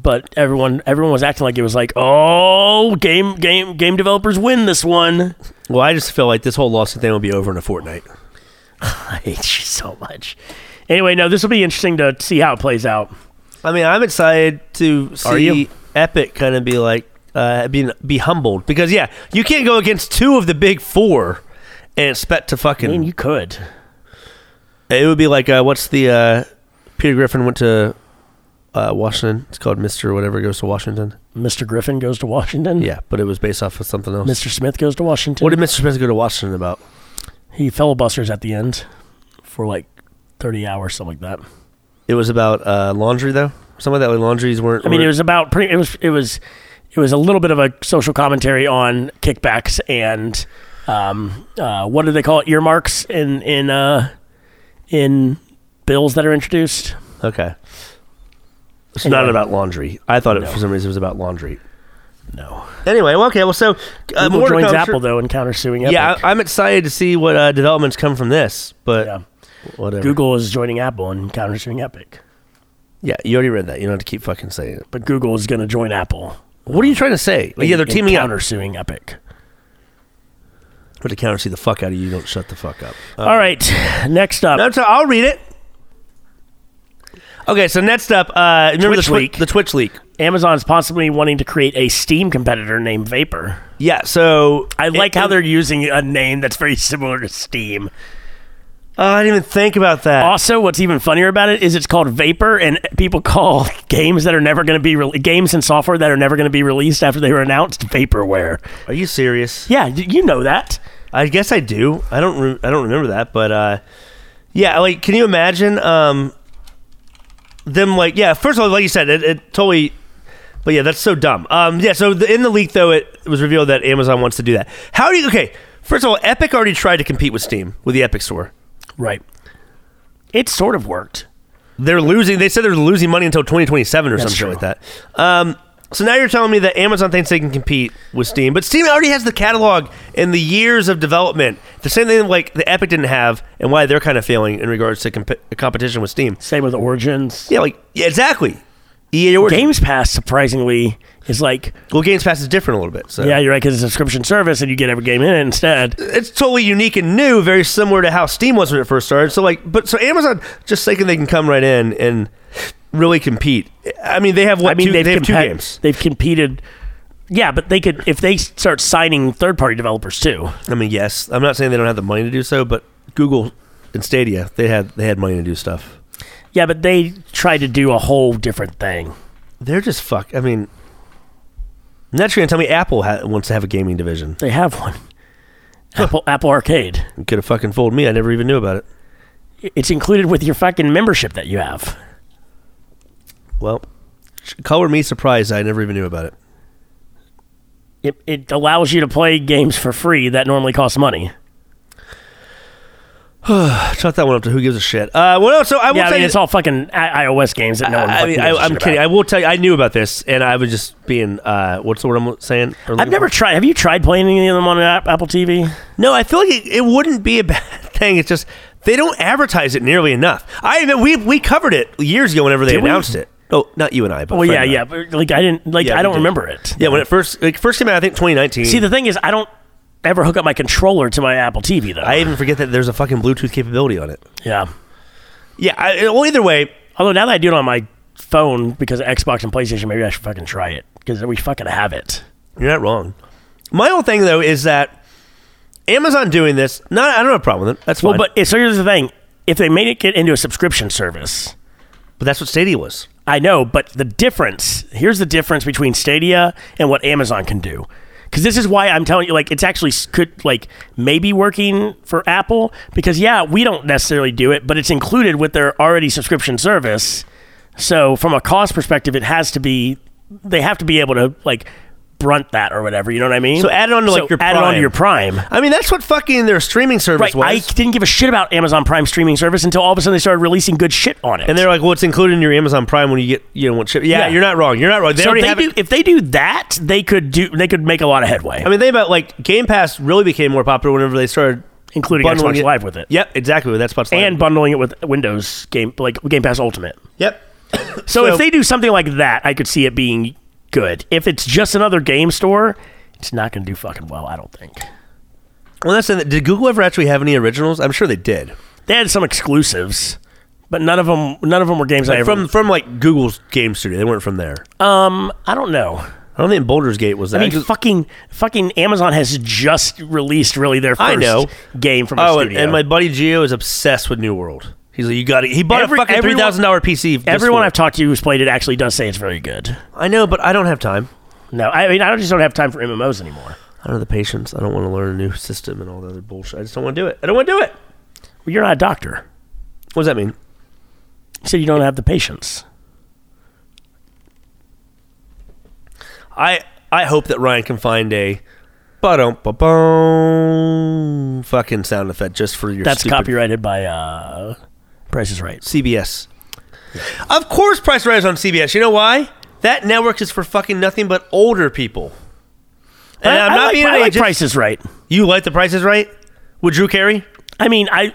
Speaker 2: but everyone everyone was acting like it was like, "Oh, game game game developers win this one." <laughs>
Speaker 1: Well, I just feel like this whole lawsuit thing will be over in a fortnight.
Speaker 2: I hate you so much. Anyway, no, this will be interesting to see how it plays out.
Speaker 1: I mean, I'm excited to
Speaker 2: Are
Speaker 1: see
Speaker 2: you?
Speaker 1: Epic kind of be like uh, being be humbled because yeah, you can't go against two of the big four and expect to
Speaker 2: I mean,
Speaker 1: fucking.
Speaker 2: you could.
Speaker 1: it would be like uh, what's the uh, Peter Griffin went to uh, Washington. It's called Mister Whatever goes to Washington.
Speaker 2: Mr. Griffin goes to Washington.
Speaker 1: Yeah, but it was based off of something else.
Speaker 2: Mr. Smith goes to Washington.
Speaker 1: What did Mr. Smith go to Washington about?
Speaker 2: He filibusters at the end for like 30 hours, something like that.
Speaker 1: It was about uh, laundry, though. Some of that like laundries weren't.
Speaker 2: I mean,
Speaker 1: were-
Speaker 2: it was about pretty, it was, it was, it was a little bit of a social commentary on kickbacks and, um, uh, what do they call it? Earmarks in, in, uh, in bills that are introduced.
Speaker 1: okay. It's
Speaker 2: Anyway.
Speaker 1: not about laundry. I thought it
Speaker 2: No.
Speaker 1: for some reason was about laundry.
Speaker 2: No.
Speaker 1: Anyway, well, okay, well, so uh,
Speaker 2: Google
Speaker 1: more to
Speaker 2: joins
Speaker 1: come,
Speaker 2: Apple,
Speaker 1: sure.
Speaker 2: though, in countersuing Epic.
Speaker 1: Yeah, I, I'm excited to see what uh, developments come from this, but
Speaker 2: Yeah.
Speaker 1: whatever.
Speaker 2: Google is joining Apple and countersuing Epic.
Speaker 1: Yeah, you already read that. You don't have to keep fucking saying it.
Speaker 2: But Google is going to join Apple.
Speaker 1: What are you trying to say? yeah, they're
Speaker 2: in
Speaker 1: teaming up.
Speaker 2: Countersuing Epic.
Speaker 1: But the counter see the fuck Uh, Oh.
Speaker 2: Uh,
Speaker 1: out of you. Don't shut the fuck up.
Speaker 2: All right. Next up.
Speaker 1: No, so I'll read it. Okay, so next up, uh, remember
Speaker 2: Twitch
Speaker 1: the, twi-
Speaker 2: leak.
Speaker 1: the Twitch leak.
Speaker 2: Amazon's possibly wanting to create a Steam competitor named Vapor.
Speaker 1: Yeah, so
Speaker 2: I like
Speaker 1: it-
Speaker 2: how they're using a name that's very similar to Steam.
Speaker 1: Oh, I didn't even think about that.
Speaker 2: Also, what's even funnier about it is it's called Vapor, and people call <laughs> games that are never going to be re- games and software that are never going to be released after they were announced vaporware.
Speaker 1: Are you serious?
Speaker 2: Yeah, y- you know that.
Speaker 1: I guess I do. I don't. Re- I don't remember that, but uh, yeah. Like, can you imagine um, them? Like, yeah. First of all, like you said, it, it totally. But yeah, that's so dumb. Um, yeah. So the, in the leak, though, it was revealed that Amazon wants to do that. How do you? Okay. First of all, Epic already tried to compete with Steam with the Epic Store.
Speaker 2: Right. It sort of worked.
Speaker 1: They're losing. They said they're losing money until 2027 or
Speaker 2: That's
Speaker 1: something
Speaker 2: true.
Speaker 1: like that. Um, so now you're telling me that Amazon thinks they can compete with Steam, but Steam already has the catalog and the years of development. The same thing like the Epic didn't have, and why they're kind of failing in regards to comp- competition with Steam.
Speaker 2: Same with Origins.
Speaker 1: Yeah, like yeah, exactly. EA or
Speaker 2: Games Pass surprisingly is like,
Speaker 1: well, Games Pass is different a little bit. So
Speaker 2: yeah, you're right, because it's a subscription service, and you get every game in it instead.
Speaker 1: it's totally unique and new, very similar to how Steam was when it first started. So like, but so Amazon just thinking they can come right in and really compete. I mean, they have what?
Speaker 2: I mean,
Speaker 1: two,
Speaker 2: they've,
Speaker 1: they have two
Speaker 2: compe-
Speaker 1: games.
Speaker 2: They've competed. Yeah, but they could if they start signing third-party developers too.
Speaker 1: I mean, yes. I'm not saying they don't have the money to do so, but Google and Stadia, they had they had money to do stuff.
Speaker 2: Yeah, but they try to do a whole different thing.
Speaker 1: They're just fuck. I mean, next you're gonna tell me Apple ha- wants to have a gaming division.
Speaker 2: They have one. Apple Apple Arcade.
Speaker 1: You could have fucking fooled me. I never even knew about it.
Speaker 2: It's included with your fucking membership that you have.
Speaker 1: Well, sh- color me surprised. I never even knew about it. <sighs>
Speaker 2: It, it allows you to play games for free that normally cost money.
Speaker 1: I shot that one up to who gives a shit. Uh, well, no, so I will
Speaker 2: Yeah, I
Speaker 1: tell
Speaker 2: mean
Speaker 1: you.
Speaker 2: it's all fucking I- iOS games that no one.
Speaker 1: I
Speaker 2: fucking
Speaker 1: mean,
Speaker 2: gives a
Speaker 1: I,
Speaker 2: shit
Speaker 1: I'm kidding.
Speaker 2: about.
Speaker 1: I will tell you. I knew about this, and I was just being. Uh, what's the word I'm saying? or
Speaker 2: I've
Speaker 1: looking
Speaker 2: never
Speaker 1: for?
Speaker 2: tried. Have you tried playing any of them on App- Apple TV?
Speaker 1: No, I feel like it, it wouldn't be a <laughs> bad thing. It's just they don't advertise it nearly enough. I admit, we we covered it years ago whenever they
Speaker 2: Did we?
Speaker 1: announced it. Oh, not you and I, but
Speaker 2: Well,
Speaker 1: a friend
Speaker 2: yeah, yeah.
Speaker 1: and I.
Speaker 2: But, like I didn't. Like
Speaker 1: Yeah,
Speaker 2: I
Speaker 1: we
Speaker 2: don't
Speaker 1: did.
Speaker 2: remember it.
Speaker 1: yeah. When it first it first came out, I think 2019.
Speaker 2: See, the thing is, I don't ever hook up my controller to my Apple TV though.
Speaker 1: I even forget that there's a fucking Bluetooth capability on it.
Speaker 2: yeah.
Speaker 1: Yeah. I, well, either way,
Speaker 2: Although now that I do it on my phone because of Xbox and PlayStation, maybe I should fucking try it because we fucking have it.
Speaker 1: you're not wrong. My whole thing though is that Amazon doing this. Not, I don't have a problem with it. That's
Speaker 2: Well,
Speaker 1: fine.
Speaker 2: but eh, so here's the thing: if they made it get into a subscription service,
Speaker 1: but that's what Stadia was.
Speaker 2: I know. But the difference here's the difference between Stadia and what Amazon can do. Because this is why I'm telling you, like, it's actually s- could like maybe working for Apple because yeah, we don't necessarily do it, but it's included with their already subscription service. So from a cost perspective, it has to be they have to be able to like brunt that or whatever. You know what I mean?
Speaker 1: So add it on to, like, your
Speaker 2: add it on to
Speaker 1: Prime.
Speaker 2: your Prime.
Speaker 1: I mean, that's what fucking their streaming service
Speaker 2: Right,
Speaker 1: was.
Speaker 2: I didn't give a shit about Amazon Prime streaming service until all of a sudden they started releasing good shit on it.
Speaker 1: and they're like, well, it's included in your Amazon Prime when you get, you know, what ship. Yeah,
Speaker 2: Yeah.
Speaker 1: you're not wrong. You're not wrong. They
Speaker 2: so
Speaker 1: already
Speaker 2: if
Speaker 1: have
Speaker 2: they
Speaker 1: it
Speaker 2: do, if they do that, they could do they could make a lot of headway,
Speaker 1: I mean, think about like Game Pass really became more popular whenever they started
Speaker 2: including
Speaker 1: bundling
Speaker 2: Xbox
Speaker 1: it.
Speaker 2: Live with it,
Speaker 1: Yep, exactly. That's Xbox Live.
Speaker 2: and bundling it with Windows Game like Game Pass Ultimate.
Speaker 1: yep,
Speaker 2: So,
Speaker 1: So-
Speaker 2: if they do something like that, I could see it being good. If it's just another game store, it's not going to do fucking well. I don't think
Speaker 1: well, that's the- did Google ever actually have any originals? I'm sure they did
Speaker 2: they had some exclusives, but none of them none of them were games I ever.
Speaker 1: from from like Google's game studio. They weren't from there.
Speaker 2: um, I don't know.
Speaker 1: I don't think Boulder's Gate was that.
Speaker 2: I mean, fucking, fucking Amazon has just released really their first
Speaker 1: I know.
Speaker 2: game from a
Speaker 1: oh, and,
Speaker 2: studio.
Speaker 1: and my buddy Gio is obsessed with New World. He's like, you got it. He bought
Speaker 2: Every-
Speaker 1: a fucking three
Speaker 2: everyone-
Speaker 1: thousand dollar PC. just
Speaker 2: everyone
Speaker 1: for
Speaker 2: I've talked to who's played it actually does say it's very good.
Speaker 1: it. I know, but I don't have time.
Speaker 2: No, I mean, I just don't have time for MMOs anymore.
Speaker 1: I don't have the patience. I don't want to learn a new system and all the other bullshit. I just don't want to do it. I don't want to do it.
Speaker 2: Well, you're not a doctor,
Speaker 1: What does that mean?
Speaker 2: so you don't have the patience.
Speaker 1: I I hope that Ryan can find a ba ba fucking sound effect just for your
Speaker 2: That's
Speaker 1: stupid
Speaker 2: copyrighted by uh, Price is Right.
Speaker 1: CBS. Of course, Price Right is on CBS. You know why? That network is for fucking nothing but older people. And I, am
Speaker 2: I
Speaker 1: not
Speaker 2: like,
Speaker 1: being
Speaker 2: I
Speaker 1: an
Speaker 2: like
Speaker 1: ageist.
Speaker 2: Price is Right.
Speaker 1: You like the Price is Right with Drew Carey?
Speaker 2: I mean, I.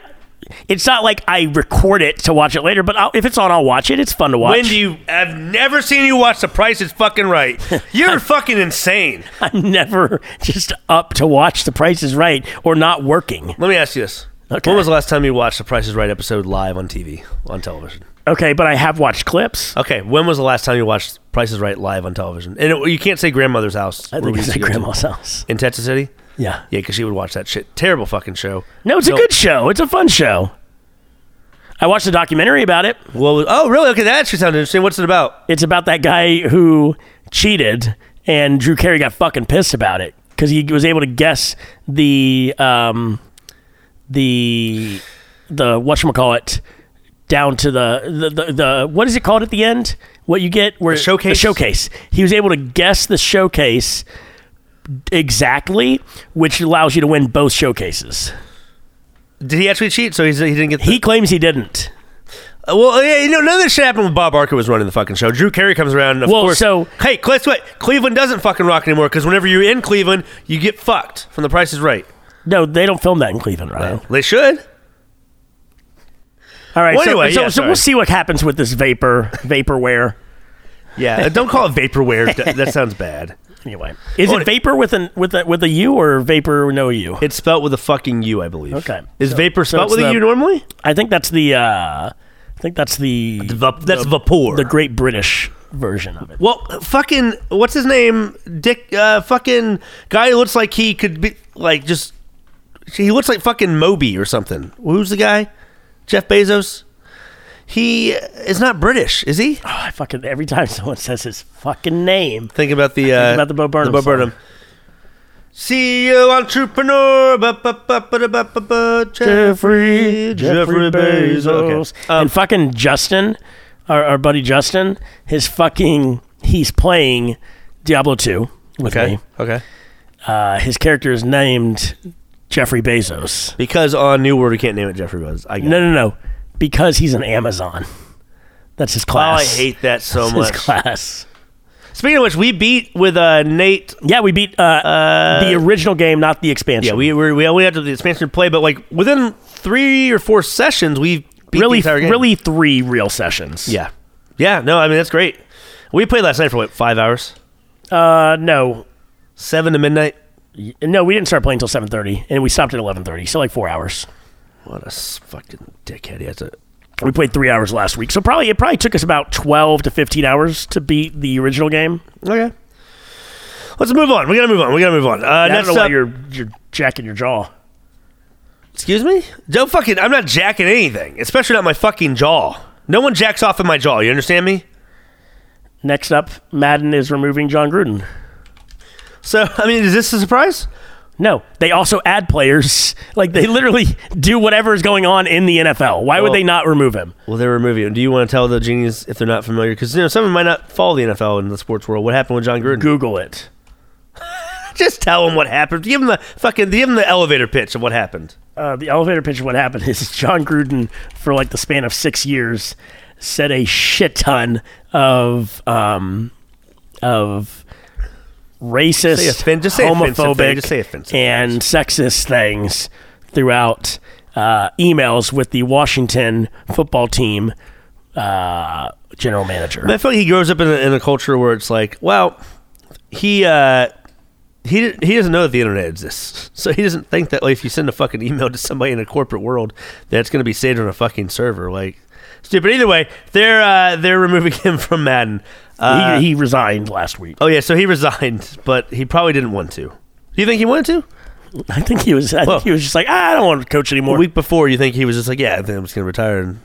Speaker 2: It's not like I record it to watch it later, but I'll, if it's on, I'll watch it. It's fun to watch.
Speaker 1: When do you? I've never seen you watch The Price is fucking Right. You're fucking insane.
Speaker 2: <laughs> I'm never just up to watch The Price is Right or not working.
Speaker 1: Let me ask you this:
Speaker 2: Okay.
Speaker 1: When was the last time you watched The Price is Right episode live on TV on television?
Speaker 2: Okay, but I have watched clips.
Speaker 1: Okay, when was the last time you watched Price is Right live on television? And it, you can't say grandmother's house.
Speaker 2: I
Speaker 1: where
Speaker 2: think
Speaker 1: we
Speaker 2: it's
Speaker 1: used to
Speaker 2: at
Speaker 1: go to.
Speaker 2: grandma's house.
Speaker 1: in Texas City.
Speaker 2: Yeah.
Speaker 1: Yeah, because she would watch that shit. Terrible fucking show.
Speaker 2: No, it's a
Speaker 1: So-
Speaker 2: good show. It's a fun show. I watched a documentary about it.
Speaker 1: Well, oh really? Okay, that actually sounds interesting. What's it about?
Speaker 2: It's about that guy who cheated, and Drew Carey got fucking pissed about it because he was able to guess the um, the the what call it down to the the, the the what is it called at the end? What you get where
Speaker 1: The showcase?
Speaker 2: The showcase. He was able to guess the showcase exactly, which allows you to win both showcases.
Speaker 1: Did he actually cheat? So he's, he didn't get. The,
Speaker 2: He claims he didn't.
Speaker 1: Uh, well, yeah, you know, none of this shit happened when Bob Barker was running the fucking show. Drew Carey comes around. And of
Speaker 2: Well,
Speaker 1: course,
Speaker 2: so-
Speaker 1: hey, guess what? Cleveland doesn't fucking rock anymore because whenever you're in Cleveland, you get fucked from The Price is Right.
Speaker 2: No, they don't film that in Cleveland, right?
Speaker 1: They should.
Speaker 2: All right.
Speaker 1: Well,
Speaker 2: so,
Speaker 1: anyway,
Speaker 2: so,
Speaker 1: yeah,
Speaker 2: so
Speaker 1: sorry.
Speaker 2: we'll see what happens with this vapor vaporware.
Speaker 1: Yeah, uh, don't call it vaporware. that, that sounds bad.
Speaker 2: Anyway, is
Speaker 1: Well,
Speaker 2: it vapor with an with a with a U or vapor no U?
Speaker 1: It's spelt with a fucking U, I believe.
Speaker 2: Okay.
Speaker 1: Is vapor
Speaker 2: so
Speaker 1: spelt
Speaker 2: it's
Speaker 1: with a
Speaker 2: the-
Speaker 1: U normally?
Speaker 2: I think that's the uh, I think that's the
Speaker 1: that's vapor.
Speaker 2: the Great British version of it. <sighs>
Speaker 1: Well, fucking what's his name? Dick, uh, fucking guy who looks like he could be like just. He looks like fucking Moby or something. Who's the guy? Jeff Bezos. He is not British, is he?
Speaker 2: Oh, I fucking every time someone says his fucking name,
Speaker 1: Think about the uh,
Speaker 2: about the Bo Burnham
Speaker 1: The Bo
Speaker 2: song.
Speaker 1: Burnham. CEO entrepreneur, ba ba ba ba da ba ba ba.
Speaker 2: Jeffrey
Speaker 1: Jeffrey Bezos. Okay. Um,
Speaker 2: and fucking Justin, our, our buddy Justin, his fucking he's playing Diablo two with
Speaker 1: Okay.
Speaker 2: me.
Speaker 1: Okay.
Speaker 2: Uh, his character is named Jeffrey Bezos.
Speaker 1: Because on New World, we can't name it Jeffrey Bezos. I get
Speaker 2: No,
Speaker 1: it.
Speaker 2: no, no. Because he's an Amazon. That's his
Speaker 1: Oh, I
Speaker 2: class.
Speaker 1: hate that so
Speaker 2: That's
Speaker 1: much.
Speaker 2: his class.
Speaker 1: Speaking of which, we beat with uh, Nate
Speaker 2: Yeah, we beat uh, the original game, not the expansion.
Speaker 1: Yeah, we we we only had to do the expansion play, but like within three or four sessions, we beat
Speaker 2: really,
Speaker 1: the entire game.
Speaker 2: really three real sessions.
Speaker 1: yeah, yeah. No, I mean that's great. We played last night for what five hours,
Speaker 2: Uh, no,
Speaker 1: seven to midnight.
Speaker 2: no, we didn't start playing until seven thirty, and we stopped at eleven thirty, so like four hours.
Speaker 1: What a s- fucking dickhead! He has to.
Speaker 2: We played three hours last week, so probably it probably took us about twelve to fifteen hours to beat the original game.
Speaker 1: Okay, let's move on. We gotta move on. We gotta move on. Uh,
Speaker 2: I don't
Speaker 1: next
Speaker 2: know why
Speaker 1: up-
Speaker 2: you're you're jacking your jaw.
Speaker 1: excuse me. Don't fucking. I'm not jacking anything, especially not my fucking jaw. No one jacks off in my jaw. You understand me?
Speaker 2: Next up, Madden is removing John Gruden.
Speaker 1: So <laughs> I mean, is this a surprise?
Speaker 2: No, they also add players. <laughs> Like they literally do whatever is going on in the NFL. Why would
Speaker 1: Well-
Speaker 2: they not remove him?
Speaker 1: Well, they're removing him. Do you want to tell the genies if they're not familiar? Because you know some of them might not follow the NFL in the sports world. What happened with John Gruden?
Speaker 2: Google it.
Speaker 1: Just tell them what happened. Give them the fucking. Give them the elevator pitch of what happened.
Speaker 2: Uh, the elevator pitch of what happened is <laughs> John Gruden, for like the span of six years, said a shit ton of um, of racist,
Speaker 1: Say offen- just say
Speaker 2: homophobic,
Speaker 1: offensive thing. Just say offensive
Speaker 2: and sexist things throughout uh, emails with the Washington football team uh, general manager.
Speaker 1: I feel like he grows up in a, in a culture where it's like, well, he uh, he he doesn't know that the internet exists, <laughs> so he doesn't think that like if you send a fucking email to somebody in a corporate world, that's going to be saved on a fucking server. Like stupid. Either way, they're uh, they're removing him <laughs> from Madden. Uh,
Speaker 2: he, he resigned last week.
Speaker 1: oh yeah, so he resigned, but he probably didn't want to. Do you think he wanted to?
Speaker 2: I think he was. I
Speaker 1: Well-
Speaker 2: think he was just like, "Ah, I don't want to coach anymore.
Speaker 1: a week before, you think he was just like, yeah, I think I'm just gonna retire. And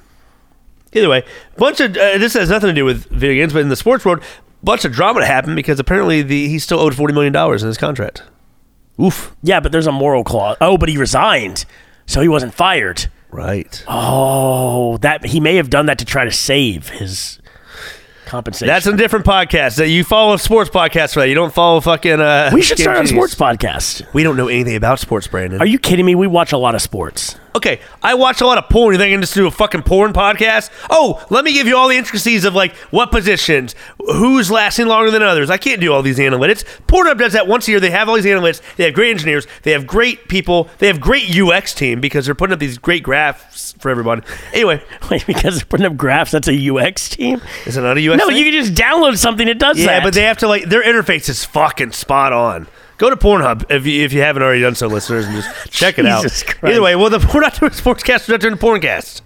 Speaker 1: either way, bunch of uh, this has nothing to do with video games, but in the sports world, bunch of drama happened because apparently the he still owed forty million dollars in his contract. Oof.
Speaker 2: yeah, but there's a moral clause. Oh, but he resigned, so he wasn't fired.
Speaker 1: Right.
Speaker 2: Oh, that he may have done that to try to save his compensation.
Speaker 1: That's a different podcast. That you follow a sports podcast for that. You don't follow fucking. Uh,
Speaker 2: we should
Speaker 1: Game
Speaker 2: start on a
Speaker 1: Genies.
Speaker 2: sports podcast.
Speaker 1: We don't know anything about sports, Brandon.
Speaker 2: Are you kidding me? We watch a lot of sports. <laughs>
Speaker 1: Okay, I watch a lot of porn. You think I can just do a fucking porn podcast? Oh, let me give you all the intricacies of like what positions, who's lasting longer than others. I can't do all these analytics. Pornhub does that once a year. They have all these analytics. They have great engineers. They have great people. They have great UX team because they're putting up these great graphs for everybody. Anyway,
Speaker 2: Wait, because they're putting up graphs, that's a UX team.
Speaker 1: is it not a UX?
Speaker 2: No,
Speaker 1: thing?
Speaker 2: you can just download something that does
Speaker 1: yeah,
Speaker 2: that.
Speaker 1: but they have to like their interface is fucking spot on. Go to Pornhub if you, if you haven't already done so, listeners, and
Speaker 2: <laughs>
Speaker 1: just check it out.
Speaker 2: Jesus
Speaker 1: <laughs>
Speaker 2: Christ. <laughs>
Speaker 1: Either way, well, the, we're not doing sportscast. We're not doing porncast.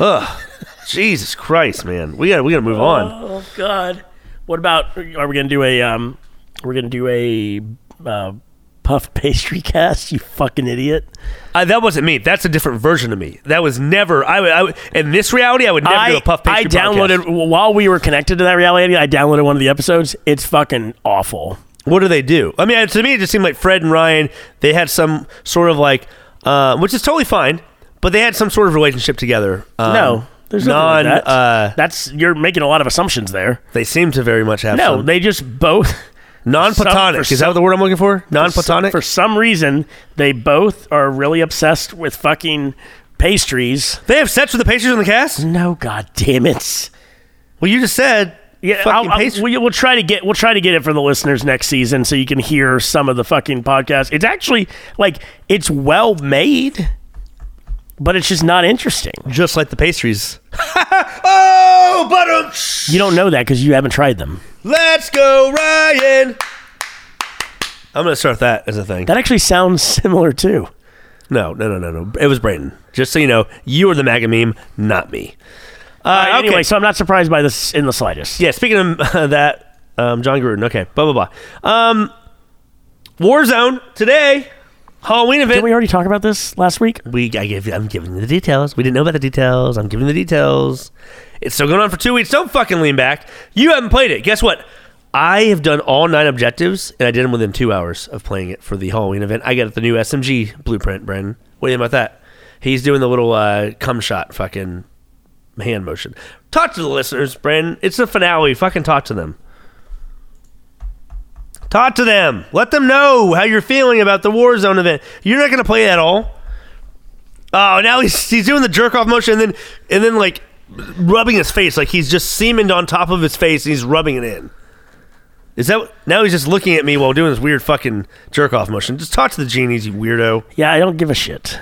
Speaker 1: Ugh. Jesus Christ, man. We got we got to move on.
Speaker 2: Oh God. What about? Are we gonna do a? Um, we're gonna do a uh, puff pastry cast. You fucking idiot.
Speaker 1: Uh, that wasn't me. That's a different version of me. That was never. I, would- I would- in this reality, I would never do a puff pastry.
Speaker 2: I downloaded
Speaker 1: podcast.
Speaker 2: while we were connected to that reality. I downloaded one of the episodes. It's fucking awful.
Speaker 1: What do they do? I mean, to me, it just seemed like Fred and Ryan. They had some sort of like, uh, which is totally fine, but they had some sort of relationship together. Um,
Speaker 2: no, there's
Speaker 1: non.
Speaker 2: nothing like that.
Speaker 1: Uh,
Speaker 2: That's you're making a lot of assumptions there.
Speaker 1: they seem to very much have
Speaker 2: No,
Speaker 1: some-
Speaker 2: they just both <laughs>
Speaker 1: non-platonic.
Speaker 2: some- for
Speaker 1: is that the word I'm looking for? Non-platonic.
Speaker 2: for some reason they both are really obsessed with fucking pastries.
Speaker 1: they have sex with the pastries on the cast.
Speaker 2: No, god damn it.
Speaker 1: Well, you just said
Speaker 2: Yeah,
Speaker 1: fucking
Speaker 2: I'll- I'll-
Speaker 1: pastry.
Speaker 2: we, will try to get we'll try to get it for the listeners next season, so you can hear some of the fucking podcast. It's actually like it's well made, but it's just not interesting.
Speaker 1: just like the
Speaker 2: <laughs>
Speaker 1: pastries. oh, but um,
Speaker 2: You don't know that because you haven't tried them.
Speaker 1: let's go, Ryan. I'm gonna start that as a thing.
Speaker 2: That actually sounds <laughs> similar too.
Speaker 1: No, no, no, no, no. It was Brayden. Just so you know, you were the MAGA meme, not me. Uh,
Speaker 2: All right,
Speaker 1: okay.
Speaker 2: Anyway, so I'm not surprised by this in the slightest.
Speaker 1: yeah, speaking of <laughs> uh, that, um, John Gruden. Okay, blah, blah, blah. Um, Warzone today, Halloween event.
Speaker 2: Didn't we already talk about this last week?
Speaker 1: we I give I'm giving you the details. We didn't know about the details. I'm giving the details. It's still going on for two weeks. Don't fucking lean back. You haven't played it. Guess what? I have done all nine objectives, and I did them within two hours of playing it for the Halloween event. I got the new SMG blueprint, Brandon. What do you think about that? He's doing the little uh, cum shot fucking hand motion. Talk to the listeners, Brandon. It's the finale. Fucking talk to them. Talk to them. Let them know how you're feeling about the Warzone event. You're not going to play it at all. Oh, now he's he's doing the jerk off motion and then and then like rubbing his face, like he's just semened on top of his face and he's rubbing it in. Is that what- now he's just looking at me while doing this weird fucking jerk off motion? Just talk to the genies, you weirdo.
Speaker 2: Yeah, I don't give a shit.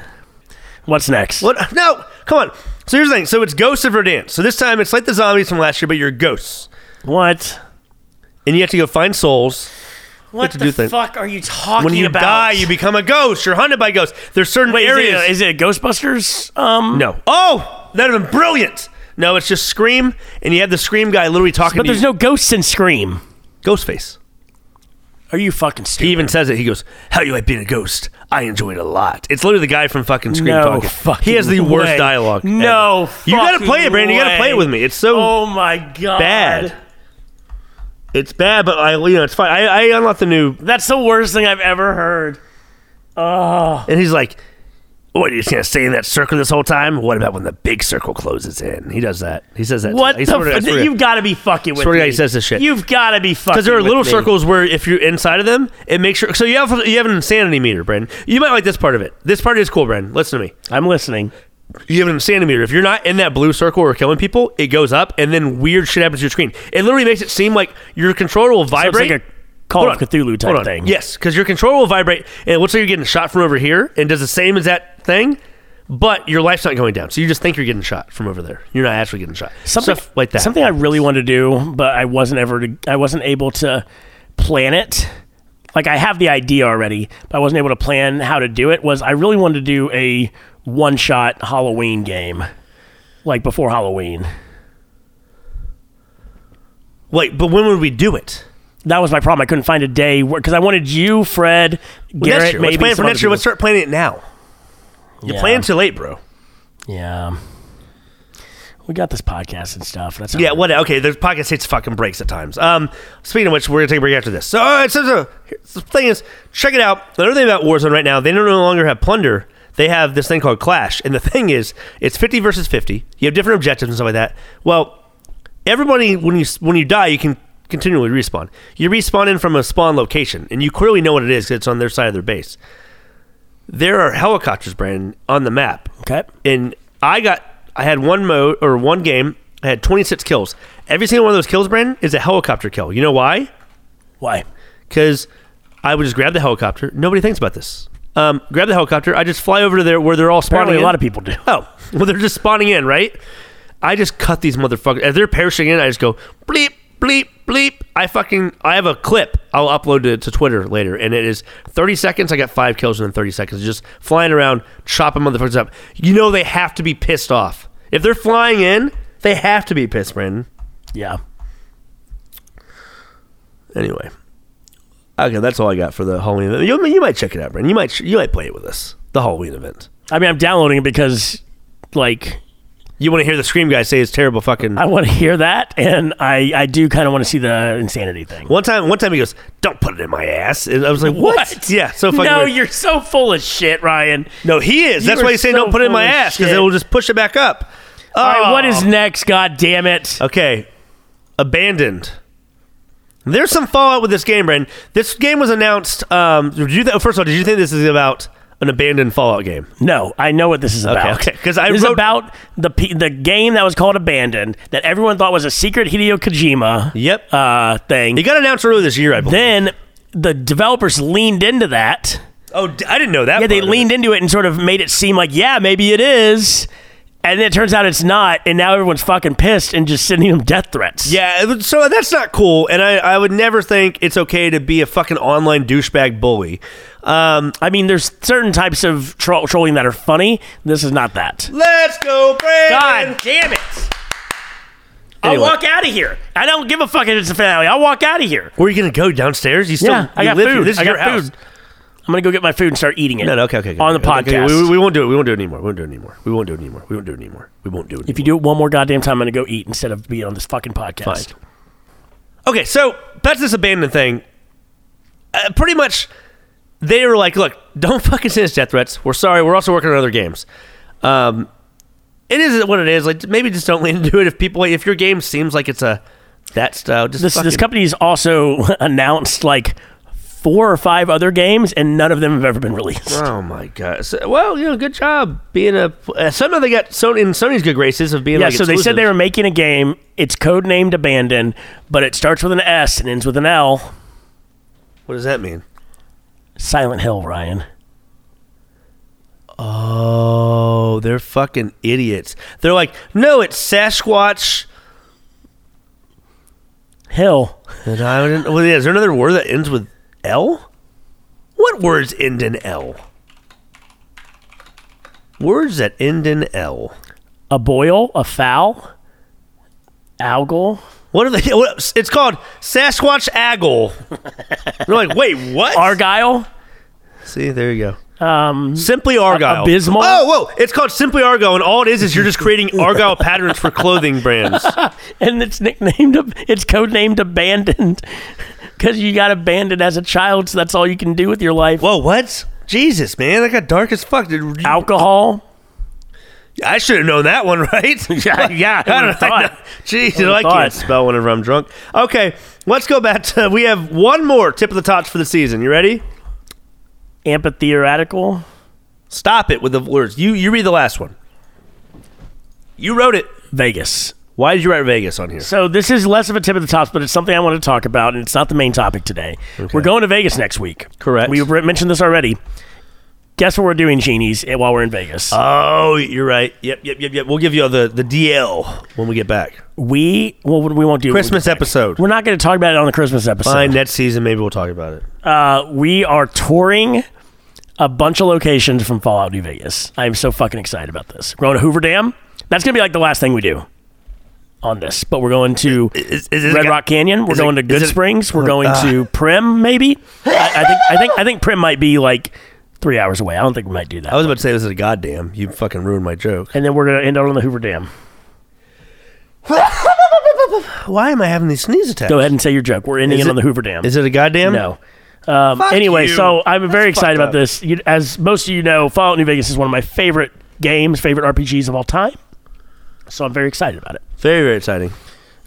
Speaker 2: What's next?
Speaker 1: What? No, come on. So here's the thing. So it's Ghosts of Verdance. So this time it's like the zombies from last year, but you're ghosts,
Speaker 2: What?
Speaker 1: and you have to go find souls.
Speaker 2: What
Speaker 1: to do things.
Speaker 2: fuck are you talking
Speaker 1: When you die, you become a ghost. You're hunted by ghosts. There's certain
Speaker 2: Wait, is it,
Speaker 1: areas.
Speaker 2: is it Ghostbusters? Um,
Speaker 1: no. Oh, that'd have been brilliant. No, it's just scream, and you have the scream guy literally talking.
Speaker 2: but
Speaker 1: to you.
Speaker 2: there's no ghosts in Scream.
Speaker 1: Ghostface.
Speaker 2: Are you fucking stupid?
Speaker 1: He even says it. He goes, "How you like being a ghost? I enjoy it a lot." It's literally the guy from fucking Scream
Speaker 2: No
Speaker 1: talking.
Speaker 2: fucking
Speaker 1: he has the
Speaker 2: way.
Speaker 1: worst dialogue.
Speaker 2: No
Speaker 1: ever. you gotta
Speaker 2: fucking
Speaker 1: play it, Brandon. You gotta play
Speaker 2: way.
Speaker 1: it with me. It's so
Speaker 2: oh my god,
Speaker 1: bad. It's bad, but I, you know, it's fine. I, I unlocked the new,
Speaker 2: That's the worst thing I've ever heard.
Speaker 1: and he's like, "What? You just gonna stay in that circle this whole time? What about when the big circle closes in?" He does that. He says that.
Speaker 2: What
Speaker 1: He
Speaker 2: the?
Speaker 1: swear to God, I
Speaker 2: F-
Speaker 1: swear to God.
Speaker 2: you've got to be fucking with
Speaker 1: Swear to
Speaker 2: me.
Speaker 1: God, he says this shit.
Speaker 2: You've got to be fucking.
Speaker 1: because there are
Speaker 2: with
Speaker 1: little
Speaker 2: me.
Speaker 1: circles where if you're inside of them, it makes sure. So you have you have an insanity meter, Brandon. You might like this part of it. This part is cool, Brandon. Listen to me.
Speaker 2: I'm listening.
Speaker 1: you have an insanity meter. If you're not in that blue circle or killing people, it goes up, and then weird shit happens to your screen. It literally makes it seem like your controller will
Speaker 2: So
Speaker 1: vibrate.
Speaker 2: it's like a Call
Speaker 1: Hold
Speaker 2: of
Speaker 1: on.
Speaker 2: Cthulhu type
Speaker 1: Hold on.
Speaker 2: thing.
Speaker 1: Yes, because your controller will vibrate, and it looks like you're getting shot from over here, and does the same as that thing, but your life's not going down. So you just think you're getting shot from over there. You're not actually getting shot. Stuff like that.
Speaker 2: Something I really want to do, but I wasn't ever. To, I wasn't able to plan it. Like I have the idea already, but I wasn't able to plan how to do it. Was I really wanted to do a one shot Halloween game, like before Halloween?
Speaker 1: Wait, but when would we do it?
Speaker 2: That was my problem. I couldn't find a day because I wanted you, Fred, Garrett,
Speaker 1: next year.
Speaker 2: maybe
Speaker 1: Let's plan it for
Speaker 2: some
Speaker 1: next
Speaker 2: other
Speaker 1: year. Let's
Speaker 2: people.
Speaker 1: start planning it now. You're
Speaker 2: Yeah.
Speaker 1: playing too late, bro.
Speaker 2: Yeah. We got this podcast and stuff. That's how
Speaker 1: Yeah,
Speaker 2: we're-
Speaker 1: what? Okay, the podcast takes fucking breaks at times. Um, speaking of which, we're gonna take a break after this. So, all right, so, so here- the thing is, check it out. The other thing about Warzone right now, they no longer have plunder. They have this thing called Clash, and the thing is, it's fifty versus fifty. You have different objectives and stuff like that. Well, everybody when you when you die, you can continually respawn. You respawn in from a spawn location, and you clearly know what it is 'cause it's on their side of their base. There are helicopters, Brandon, on the map
Speaker 2: Okay.
Speaker 1: and I got I had one mode or one game. I had 26 kills. Every single one of those kills, Brandon, is a helicopter kill. You know why?
Speaker 2: Why?
Speaker 1: Because I would just grab the helicopter. Nobody thinks about this. Um, grab the helicopter. I just fly over to there where they're all spawning.
Speaker 2: Apparently, a
Speaker 1: in.
Speaker 2: lot of people do.
Speaker 1: Oh, well, they're just spawning in, right? I just cut these motherfuckers. As they're perishing in, I just go bleep, bleep, bleep. I fucking, I have a clip. I'll upload it to Twitter later, and it is 30 seconds. I got five kills within 30 seconds, just flying around, chopping motherfuckers up. You know they have to be pissed off. If they're flying in, they have to be pissed, Brandon.
Speaker 2: Yeah.
Speaker 1: Anyway, okay, that's all I got for the Halloween event. You, you might check it out, Brandon. You might you might play it with us. The Halloween event.
Speaker 2: I mean, I'm downloading it because, like,
Speaker 1: You want to hear the scream guy say his terrible fucking.
Speaker 2: I want to hear that, and I, I do kind of want to see the insanity thing.
Speaker 1: one time, one time he goes, "Don't put it in my ass." And I was like, "What?"
Speaker 2: What?
Speaker 1: Yeah, so fucking.
Speaker 2: No,
Speaker 1: weird.
Speaker 2: you're so full of shit, Ryan.
Speaker 1: No, he is.
Speaker 2: You
Speaker 1: That's
Speaker 2: are
Speaker 1: why he's saying
Speaker 2: so
Speaker 1: don't put it in my
Speaker 2: full of
Speaker 1: ass because
Speaker 2: shit.
Speaker 1: it will just push it back up.
Speaker 2: All right, what
Speaker 1: Oh.
Speaker 2: is next? God damn it!
Speaker 1: Okay, abandoned. There's some fallout with this game, Brandon. This game was announced. Um, did you th- first of all, did you think this is about an abandoned Fallout game?
Speaker 2: No, I know what this is about.
Speaker 1: okay, 'cause I
Speaker 2: this is
Speaker 1: wrote-
Speaker 2: about the pe- the game that was called Abandoned that everyone thought was a secret Hideo Kojima
Speaker 1: Yep.
Speaker 2: uh, thing.
Speaker 1: It got announced earlier this year, I believe.
Speaker 2: then the developers leaned into that.
Speaker 1: oh, d- I didn't know that.
Speaker 2: Yeah, they
Speaker 1: part of
Speaker 2: leaned into it and sort of made it seem like, yeah, maybe it is. And then it turns out it's not, and now everyone's fucking pissed and just sending them death threats.
Speaker 1: it. Yeah, it was- so that's not cool, and I, I would never think it's okay to be a fucking online douchebag bully. Um,
Speaker 2: I mean, there's certain types of tro- trolling that are funny. This is not that.
Speaker 1: let's go, Brandon.
Speaker 2: God damn it! I'll
Speaker 1: Anyway.
Speaker 2: walk out of here. I don't give a fuck if it's a finale. I'll walk out of here.
Speaker 1: Where are you gonna go downstairs? You still
Speaker 2: yeah, I
Speaker 1: you
Speaker 2: got
Speaker 1: live here.
Speaker 2: food.
Speaker 1: This is
Speaker 2: I
Speaker 1: your
Speaker 2: got
Speaker 1: house.
Speaker 2: food. I'm gonna go get my food and start eating it.
Speaker 1: No, no, okay, okay. okay,
Speaker 2: on the
Speaker 1: okay, okay,
Speaker 2: podcast.
Speaker 1: we, we won't do it. We won't do it anymore. We won't do it anymore. We won't do it anymore. We won't do it anymore. We won't do it.
Speaker 2: if you do it one more goddamn time, I'm gonna go eat instead of being on this fucking podcast.
Speaker 1: Fine. okay, so that's this abandoned thing. Uh, pretty much, they were like, "Look, don't <laughs> fucking send us death threats. We're sorry. We're also working on other games. Um, it is what it is. Like maybe just don't <laughs> lean into it if people if your game seems like it's a that style. Just
Speaker 2: This
Speaker 1: fucking,
Speaker 2: this company's also <laughs> announced like four or five other games, and none of them have ever been released.
Speaker 1: Oh my god! So, well, you know, good job being a. Uh, somehow they got Sony in Sony's good graces of being
Speaker 2: Yeah,
Speaker 1: like.
Speaker 2: so they said
Speaker 1: exclusives.
Speaker 2: they were making a game. It's codenamed Abandon, but it starts with an S and ends with an L.
Speaker 1: What does that mean?
Speaker 2: Silent Hill, Ryan.
Speaker 1: Oh, they're fucking idiots. They're like, no, it's Sasquatch.
Speaker 2: Hill.
Speaker 1: And I wouldn't, well, yeah, is there another word that ends with L? What words end in L? Words that end in L.
Speaker 2: A boil, a foul, algal.
Speaker 1: What are they? <laughs> What, it's called Sasquatch Aggle. They're like, wait, <laughs> what?
Speaker 2: Argyle.
Speaker 1: See, there you go. Um, simply argyle.
Speaker 2: abysmal?
Speaker 1: Oh, whoa! It's called simply argyle, and all it is is you're <laughs> just creating argyle patterns for clothing brands.
Speaker 2: and it's nicknamed <laughs> it's codenamed abandoned <laughs> because you got abandoned as a child so that's all you can do with your
Speaker 1: <laughs>
Speaker 2: life
Speaker 1: Whoa, what? Jesus, man, that got dark as fuck. Did,
Speaker 2: alcohol
Speaker 1: I should have known that one, <laughs> right?
Speaker 2: <laughs> Yeah, yeah,
Speaker 1: <laughs>
Speaker 2: I
Speaker 1: I
Speaker 2: would've
Speaker 1: don't know.
Speaker 2: thought.
Speaker 1: Jeez,
Speaker 2: would've
Speaker 1: I
Speaker 2: thought.
Speaker 1: can't spell whenever I'm drunk. Okay, let's go back to. We have one more tip of the tots for the season. You ready?
Speaker 2: amphitheoretical
Speaker 1: Stop it with the words. You you read the last one. You wrote it.
Speaker 2: vegas
Speaker 1: Why did you write Vegas on here?
Speaker 2: so this is less of a tip of the tops but it's something i want to talk about and it's not the main topic today we're going to vegas next week
Speaker 1: Correct.
Speaker 2: we've re- mentioned this already guess what we're doing genies eh, while we're in vegas
Speaker 1: Oh, you're right. Yep, yep, yep, yep. We'll give you all the the DL when we get back.
Speaker 2: we well we won't do
Speaker 1: Christmas episode.
Speaker 2: we're not going to talk about it on the christmas episode
Speaker 1: Fine, next season maybe we'll talk about it.
Speaker 2: Uh, we are touring a bunch of locations from Fallout New Vegas. I am so fucking excited about this. We're going to Hoover Dam. That's going to be like the last thing we do on this, but we're going to
Speaker 1: Is, is it
Speaker 2: Red
Speaker 1: got-
Speaker 2: Rock Canyon. We're
Speaker 1: is it-
Speaker 2: going to
Speaker 1: is
Speaker 2: Good
Speaker 1: it-
Speaker 2: Springs. We're going
Speaker 1: Ah.
Speaker 2: to Prim, maybe. I, I think. I think. I think Prim might be like three hours away. I don't think we might do
Speaker 1: I
Speaker 2: that.
Speaker 1: was about to say this is a goddamn. You fucking ruined my joke.
Speaker 2: And then we're going to end out on the Hoover Dam.
Speaker 1: Why am I having these sneeze attacks?
Speaker 2: Go ahead and say your joke. We're ending
Speaker 1: Is
Speaker 2: it,
Speaker 1: it-
Speaker 2: on the Hoover Dam.
Speaker 1: Is it a goddamn?
Speaker 2: No. Um, anyway,
Speaker 1: you.
Speaker 2: so I'm very
Speaker 1: That's
Speaker 2: excited
Speaker 1: fucked
Speaker 2: about
Speaker 1: up.
Speaker 2: this. You, as most of you know, Fallout New Vegas is one of my favorite games, favorite RPGs of all time. So I'm very excited about it.
Speaker 1: Very, very exciting.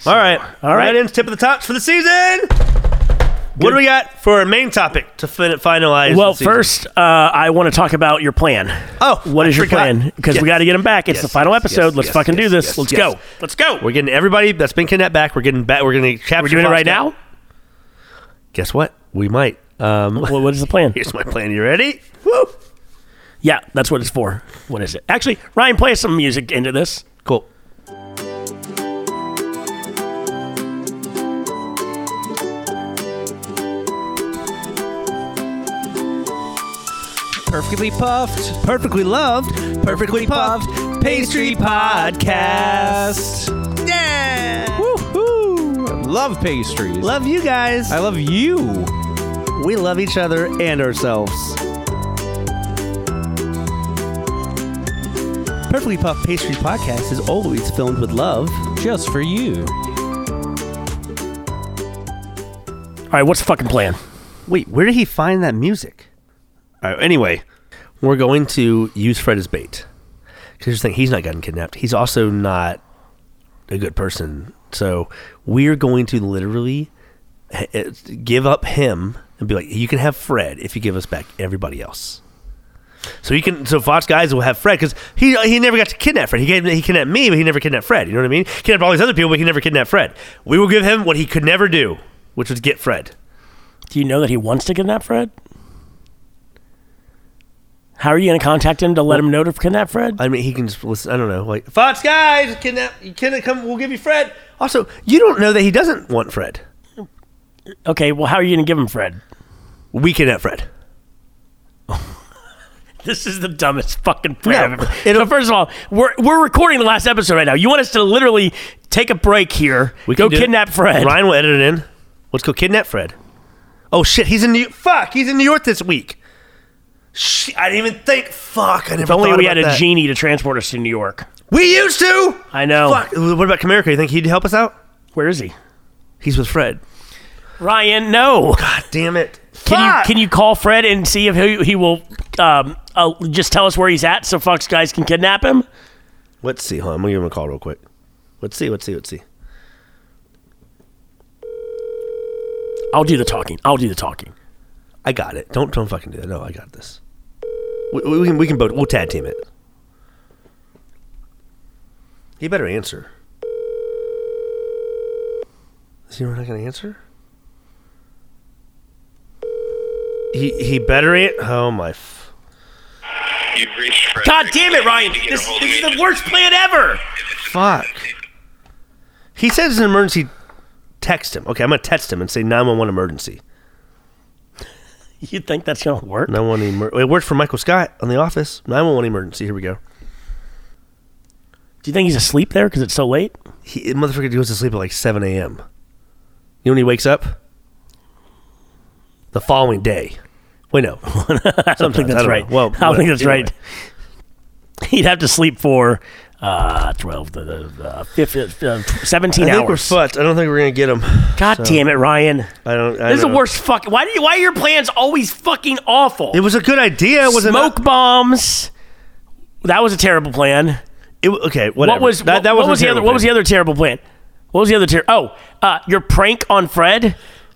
Speaker 1: all right.
Speaker 2: all right.
Speaker 1: That ends tip of the tops for the season. What do we got for our main topic to fin- finalize?
Speaker 2: Well,
Speaker 1: the season?
Speaker 2: first, uh, I want to talk about your plan.
Speaker 1: Oh,
Speaker 2: what
Speaker 1: I
Speaker 2: is your
Speaker 1: forgot.
Speaker 2: plan? Because
Speaker 1: Yes.
Speaker 2: we got to get him back. It's
Speaker 1: Yes,
Speaker 2: the final
Speaker 1: yes,
Speaker 2: episode.
Speaker 1: yes,
Speaker 2: Let's
Speaker 1: yes,
Speaker 2: fucking do
Speaker 1: yes,
Speaker 2: this.
Speaker 1: yes,
Speaker 2: Let's
Speaker 1: yes.
Speaker 2: go. Let's go.
Speaker 1: we're
Speaker 2: We're,
Speaker 1: getting everybody that's been kidnapped back. We're getting back. We're going to capture.
Speaker 2: doing it right
Speaker 1: Foxcat.
Speaker 2: now.
Speaker 1: Guess what? We might. <laughs> Um,
Speaker 2: Well, what is the plan?
Speaker 1: here's my plan. You ready? Woo!
Speaker 2: Yeah, that's what it's for. What is it? Actually, Ryan, play some music into this.
Speaker 1: Cool.
Speaker 6: Perfectly puffed.
Speaker 1: Perfectly loved. Perfectly puffed. Pastry Podcast. Yeah. Woohoo.
Speaker 6: Love pastries.
Speaker 1: Love you guys.
Speaker 6: I love you.
Speaker 1: we love each other and ourselves. Perfectly Puff Pastry Podcast is always filmed with love.
Speaker 6: Just for you.
Speaker 2: All right, what's the fucking plan?
Speaker 1: Wait, where did he find that music? All right, anyway, we're going to use Fred as bait. Because here's the thing, he's not gotten kidnapped. He's also not a good person. So we're going to literally h- h- give up him and be like, you can have Fred if you give us back everybody else. So he can. So Fox guys will have Fred because he he never got to kidnap Fred. He gave, he kidnapped me, but he never kidnapped Fred. You know what I mean? Kidnapped all these other people, but he never kidnapped Fred. We will give him what he could never do, which was get Fred.
Speaker 2: Do you know that he wants to kidnap Fred? How are you going to contact him to let him know to kidnap Fred?
Speaker 1: I mean, he can just listen. I don't know. Like Fox guys, can that, can it come? We'll give you Fred. Also, you don't know that he doesn't want Fred.
Speaker 2: Okay, well, how are you going to give him Fred?
Speaker 1: We kidnap Fred.
Speaker 2: This is the dumbest fucking plan.
Speaker 1: No,
Speaker 2: I've ever. So first of all, we're we're recording the last episode right now. You want us to literally take a break here? We go
Speaker 1: can do it.
Speaker 2: kidnap Fred.
Speaker 1: Ryan will edit it in. Let's go kidnap Fred. Oh shit, he's in New fuck. He's in New York this week. Shit, I didn't even think. Fuck, I never.
Speaker 2: If only
Speaker 1: thought
Speaker 2: we
Speaker 1: about
Speaker 2: had a
Speaker 1: that.
Speaker 2: genie to transport us to New York.
Speaker 1: We used to.
Speaker 2: I know.
Speaker 1: Fuck. What about Comerica? You think he'd help us out?
Speaker 2: Where is he?
Speaker 1: He's with Fred.
Speaker 2: Ryan, no.
Speaker 1: God damn it.
Speaker 2: Can you
Speaker 1: Fuck!
Speaker 2: can you call Fred and see if he, he will um, uh, just tell us where he's at so Fox guys can kidnap him?
Speaker 1: Let's see. Hold on. I'm gonna give him a call real quick. Let's see. Let's see. Let's see.
Speaker 2: I'll do the talking. I'll do the talking.
Speaker 1: I got it. Don't don't fucking do that. No, I got this. We, we can we can both we'll tag team it. He better answer. Is he not gonna answer? He he better an- oh my f-
Speaker 3: You've reached Fred.
Speaker 2: God damn it, Ryan! This, this is the worst plan ever.
Speaker 1: fuck. He says it's an emergency. Text him. Okay, I'm gonna text him and say 911 emergency.
Speaker 2: You think that's gonna work?
Speaker 1: 911 emer- It worked for Michael Scott on The Office. 911 emergency. Here we go.
Speaker 2: Do you think he's asleep there because it's so late? <laughs>
Speaker 1: he motherfucker goes to sleep at like 7 a.m. You know when he wakes up? The following day. Wait, <laughs> no.
Speaker 2: I don't think
Speaker 1: Sometimes, I
Speaker 2: that's
Speaker 1: don't
Speaker 2: right.
Speaker 1: know. Well,
Speaker 2: I don't think that's
Speaker 1: whatever.
Speaker 2: right. <laughs> He'd have to sleep for uh, twelve, the, the uh, fif- uh,
Speaker 1: I
Speaker 2: seventeen
Speaker 1: think we're
Speaker 2: hours.
Speaker 1: fucked. I don't think we're gonna get him.
Speaker 2: God damn it, Ryan!
Speaker 1: I don't. I
Speaker 2: This is the
Speaker 1: know.
Speaker 2: worst fuck. Why do you? Why are your plans always fucking awful?
Speaker 1: It was a good idea. Was it
Speaker 2: Smoke bombs. That was a terrible plan.
Speaker 1: It, wa- okay, whatever.
Speaker 2: What was
Speaker 1: that? that
Speaker 2: what was
Speaker 1: a
Speaker 2: the other?
Speaker 1: terrible
Speaker 2: What was the
Speaker 1: thing.
Speaker 2: other terrible plan? What was the other ter- Oh, uh, your prank on Fred,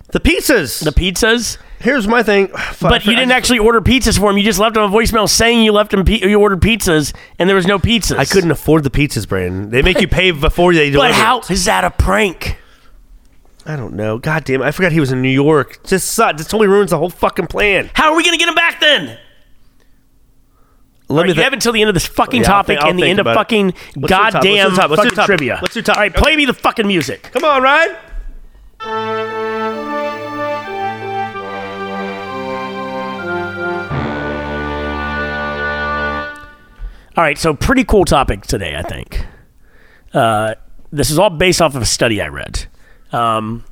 Speaker 1: The pizzas.
Speaker 2: the pizzas.
Speaker 1: Here's my thing. Fuck, I
Speaker 2: But
Speaker 1: for-
Speaker 2: you didn't
Speaker 1: I,
Speaker 2: actually order pizzas for him. You just left him a voicemail saying you left him pi- you ordered pizzas and there was no pizzas.
Speaker 1: I couldn't afford the pizzas, Brandon. They
Speaker 2: <laughs>
Speaker 1: make you pay before they deliver.
Speaker 2: But how is that a prank?
Speaker 1: I don't know. God damn! it. I forgot he was in New York. This sucks. This totally ruins the whole fucking plan.
Speaker 2: How are we going to get him back then?
Speaker 1: Let
Speaker 2: All
Speaker 1: me
Speaker 2: right, you
Speaker 1: think.
Speaker 2: have until the end of this fucking
Speaker 1: Yeah, I'll
Speaker 2: topic
Speaker 1: think- I'll
Speaker 2: and the
Speaker 1: think
Speaker 2: end of
Speaker 1: about it.
Speaker 2: fucking
Speaker 1: Let's do top. Let's do
Speaker 2: goddamn
Speaker 1: top. Let's do
Speaker 2: fucking
Speaker 1: top.
Speaker 2: trivia.
Speaker 1: Let's do top.
Speaker 2: All right, play me the fucking music.
Speaker 1: Come on, Ryan.
Speaker 2: All right, so pretty cool topic today, I think. Uh, this is all based off of a study I read. Um,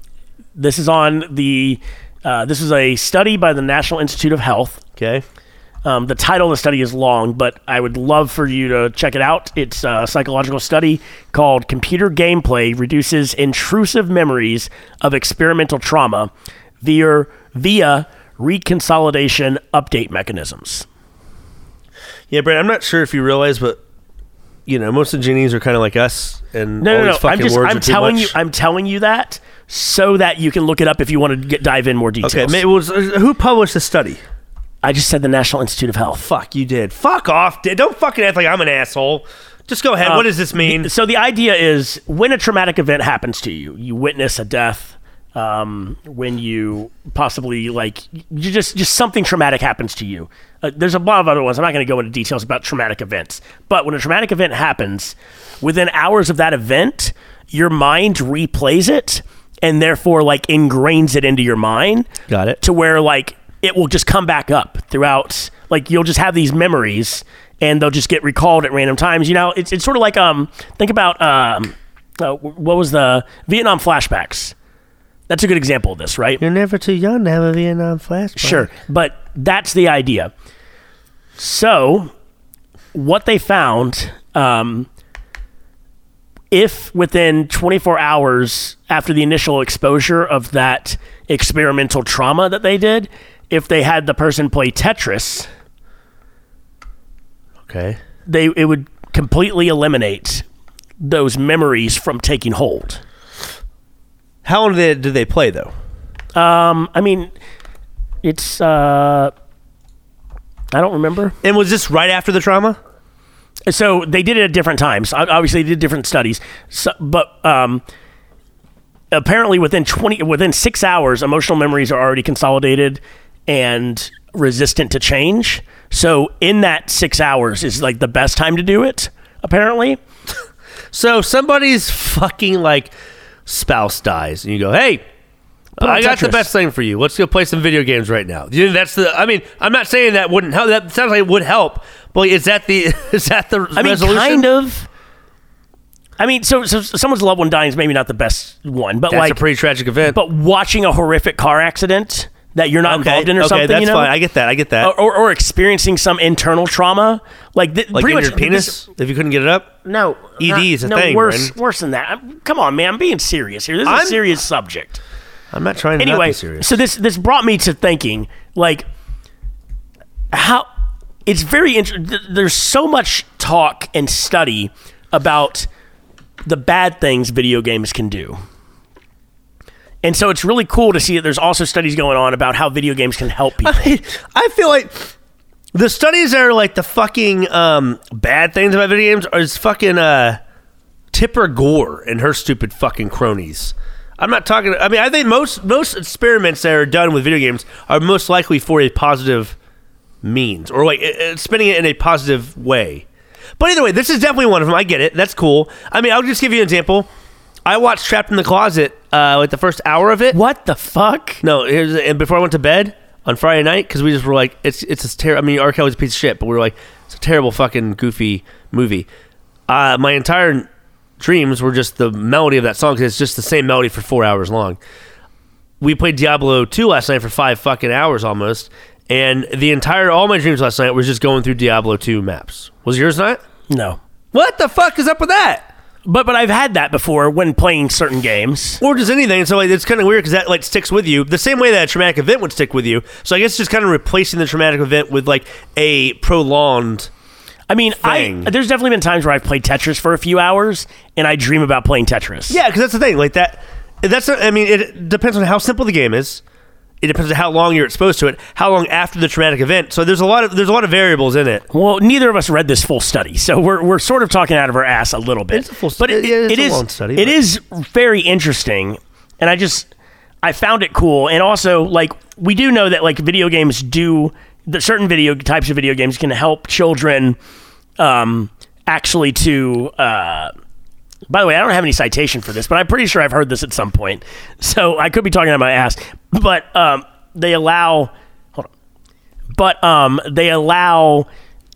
Speaker 2: this is on the. Uh, this is a study by the National Institute of Health.
Speaker 1: Okay.
Speaker 2: Um, the title of the study is long, but I would love for you to check it out. It's a psychological study called Computer Gameplay Reduces Intrusive Memories of Experimental Trauma via, via Reconsolidation Update Mechanisms.
Speaker 1: Yeah, Brad, I'm not sure if you realize, but you know, most of the genies are kind of like us, and all
Speaker 2: No, no,
Speaker 1: these
Speaker 2: no.
Speaker 1: fucking
Speaker 2: I'm just
Speaker 1: words
Speaker 2: I'm
Speaker 1: are too
Speaker 2: telling
Speaker 1: much.
Speaker 2: you I'm telling you that so that you can look it up if you want to get, dive in more details.
Speaker 1: okay, ma- was, who published the study?
Speaker 2: I just said the National Institute of Health.
Speaker 1: Fuck, you did. Fuck off. Dad. Don't fucking act like I'm an asshole. Just go ahead. what does this mean?
Speaker 2: So the idea is when a traumatic event happens to you, you witness a death, um, when you possibly like you just just something traumatic happens to you. Uh, there's a lot of other ones. I'm not going to go into details about traumatic events, but when a traumatic event happens, within hours of that event, your mind replays it and therefore like ingrains it into your mind.
Speaker 1: Got it.
Speaker 2: To where like it will just come back up throughout. Like you'll just have these memories and they'll just get recalled at random times. You know, it's, it's sort of like um, think about um, uh, what was the Vietnam flashbacks. That's a good example of this, right?
Speaker 1: You're never too young to have a Vietnam flashback.
Speaker 2: Sure, but that's the idea. So, what they found, um, if within 24 hours after the initial exposure of that experimental trauma that they did, if they had the person play Tetris,
Speaker 1: Okay.
Speaker 2: they it would completely eliminate those memories from taking hold.
Speaker 1: How long did they, did they play though?
Speaker 2: Um, I mean, it's uh, I don't remember.
Speaker 1: And was this right after the trauma?
Speaker 2: so they did it at different times. Ob- Obviously, they did different studies, so, but um, apparently within twenty within six hours, emotional memories are already consolidated and resistant to change. So in that six hours is like the best time to do it. Apparently,
Speaker 1: So if somebody's fucking like spouse dies, and you go, "Hey,
Speaker 2: Put on
Speaker 1: I got the
Speaker 2: Tetris.
Speaker 1: best thing for you. Let's go play some video games right now." You know, that's the. I mean, I'm not saying that wouldn't help. That sounds like it would help. But is that the <laughs> is that the
Speaker 2: I mean,
Speaker 1: resolution?
Speaker 2: kind of. I mean, so, so someone's loved one dying is maybe not the best one, but
Speaker 1: That's
Speaker 2: like,
Speaker 1: a pretty tragic event.
Speaker 2: but watching a horrific car accident that you're not involved in or
Speaker 1: okay,
Speaker 2: something,
Speaker 1: that's
Speaker 2: you know,
Speaker 1: fine. I get that. I get that.
Speaker 2: or, or, or experiencing some internal trauma, like, th-
Speaker 1: like
Speaker 2: pretty
Speaker 1: in
Speaker 2: much
Speaker 1: your penis, if you couldn't get it up.
Speaker 2: no,
Speaker 1: ED is a
Speaker 2: no,
Speaker 1: thing,
Speaker 2: Worse,
Speaker 1: Brendan.
Speaker 2: worse than that. I'm- come on, man. I'm being serious here. This is a
Speaker 1: I'm-
Speaker 2: serious subject.
Speaker 1: I'm not trying to not
Speaker 2: Anyway,
Speaker 1: be serious.
Speaker 2: so this this brought me to thinking, like, how it's very interesting. There's so much talk and study about the bad things video games can do. And so it's really cool to see that there's also studies going on about how video games can help people.
Speaker 1: <laughs> I feel like the studies that are like the fucking um, bad things about video games are is fucking uh, Tipper Gore and her stupid fucking cronies. I'm not talking. I mean, I think most most experiments that are done with video games are most likely for a positive means or like it, it- spinning it in a positive way. But either way, this is definitely one of them. I get it. That's cool. I mean, I'll just give you an example. I watched Trapped in the Closet, uh, like the first hour of it.
Speaker 2: what the fuck?
Speaker 1: No, here's and before I went to bed on Friday night because we just were like, it's it's a terrible. I mean, R. Kelly's a piece of shit, but we were like, it's a terrible fucking goofy movie. Uh, my entire dreams were just the melody of that song 'cause it's just the same melody for four hours long. We played Diablo two last night for five fucking hours almost, and the entire all my dreams last night was just going through Diablo two maps. Was yours not?
Speaker 2: No.
Speaker 1: What the fuck is up with that?
Speaker 2: But but I've had that before when playing certain games.
Speaker 1: or just anything. So like, it's kind of weird because that like sticks with you the same way that a traumatic event would stick with you. So I guess just kind of replacing the traumatic event with like a prolonged.
Speaker 2: I mean,
Speaker 1: thing.
Speaker 2: I there's definitely been times where I've played Tetris for a few hours and I dream about playing Tetris.
Speaker 1: Yeah, because that's the thing. Like that. That's not, I mean, it depends on how simple the game is. It depends on how long you're exposed to it, how long after the traumatic event. So there's a lot of there's a lot of variables in it.
Speaker 2: Well, neither of us read this full study, so we're, we're sort of talking out of our ass a little bit.
Speaker 1: It's a full stu-
Speaker 2: but it,
Speaker 1: yeah, it's
Speaker 2: it
Speaker 1: a
Speaker 2: is-
Speaker 1: long study,
Speaker 2: It
Speaker 1: but-
Speaker 2: is very interesting, and I just I found it cool. And also, like we do know that like video games do that certain video types of video games can help children um, actually to. Uh, by the way, I don't have any citation for this, but I'm pretty sure I've heard this at some point, so I could be talking out of my ass. But um, they allow but um, they allow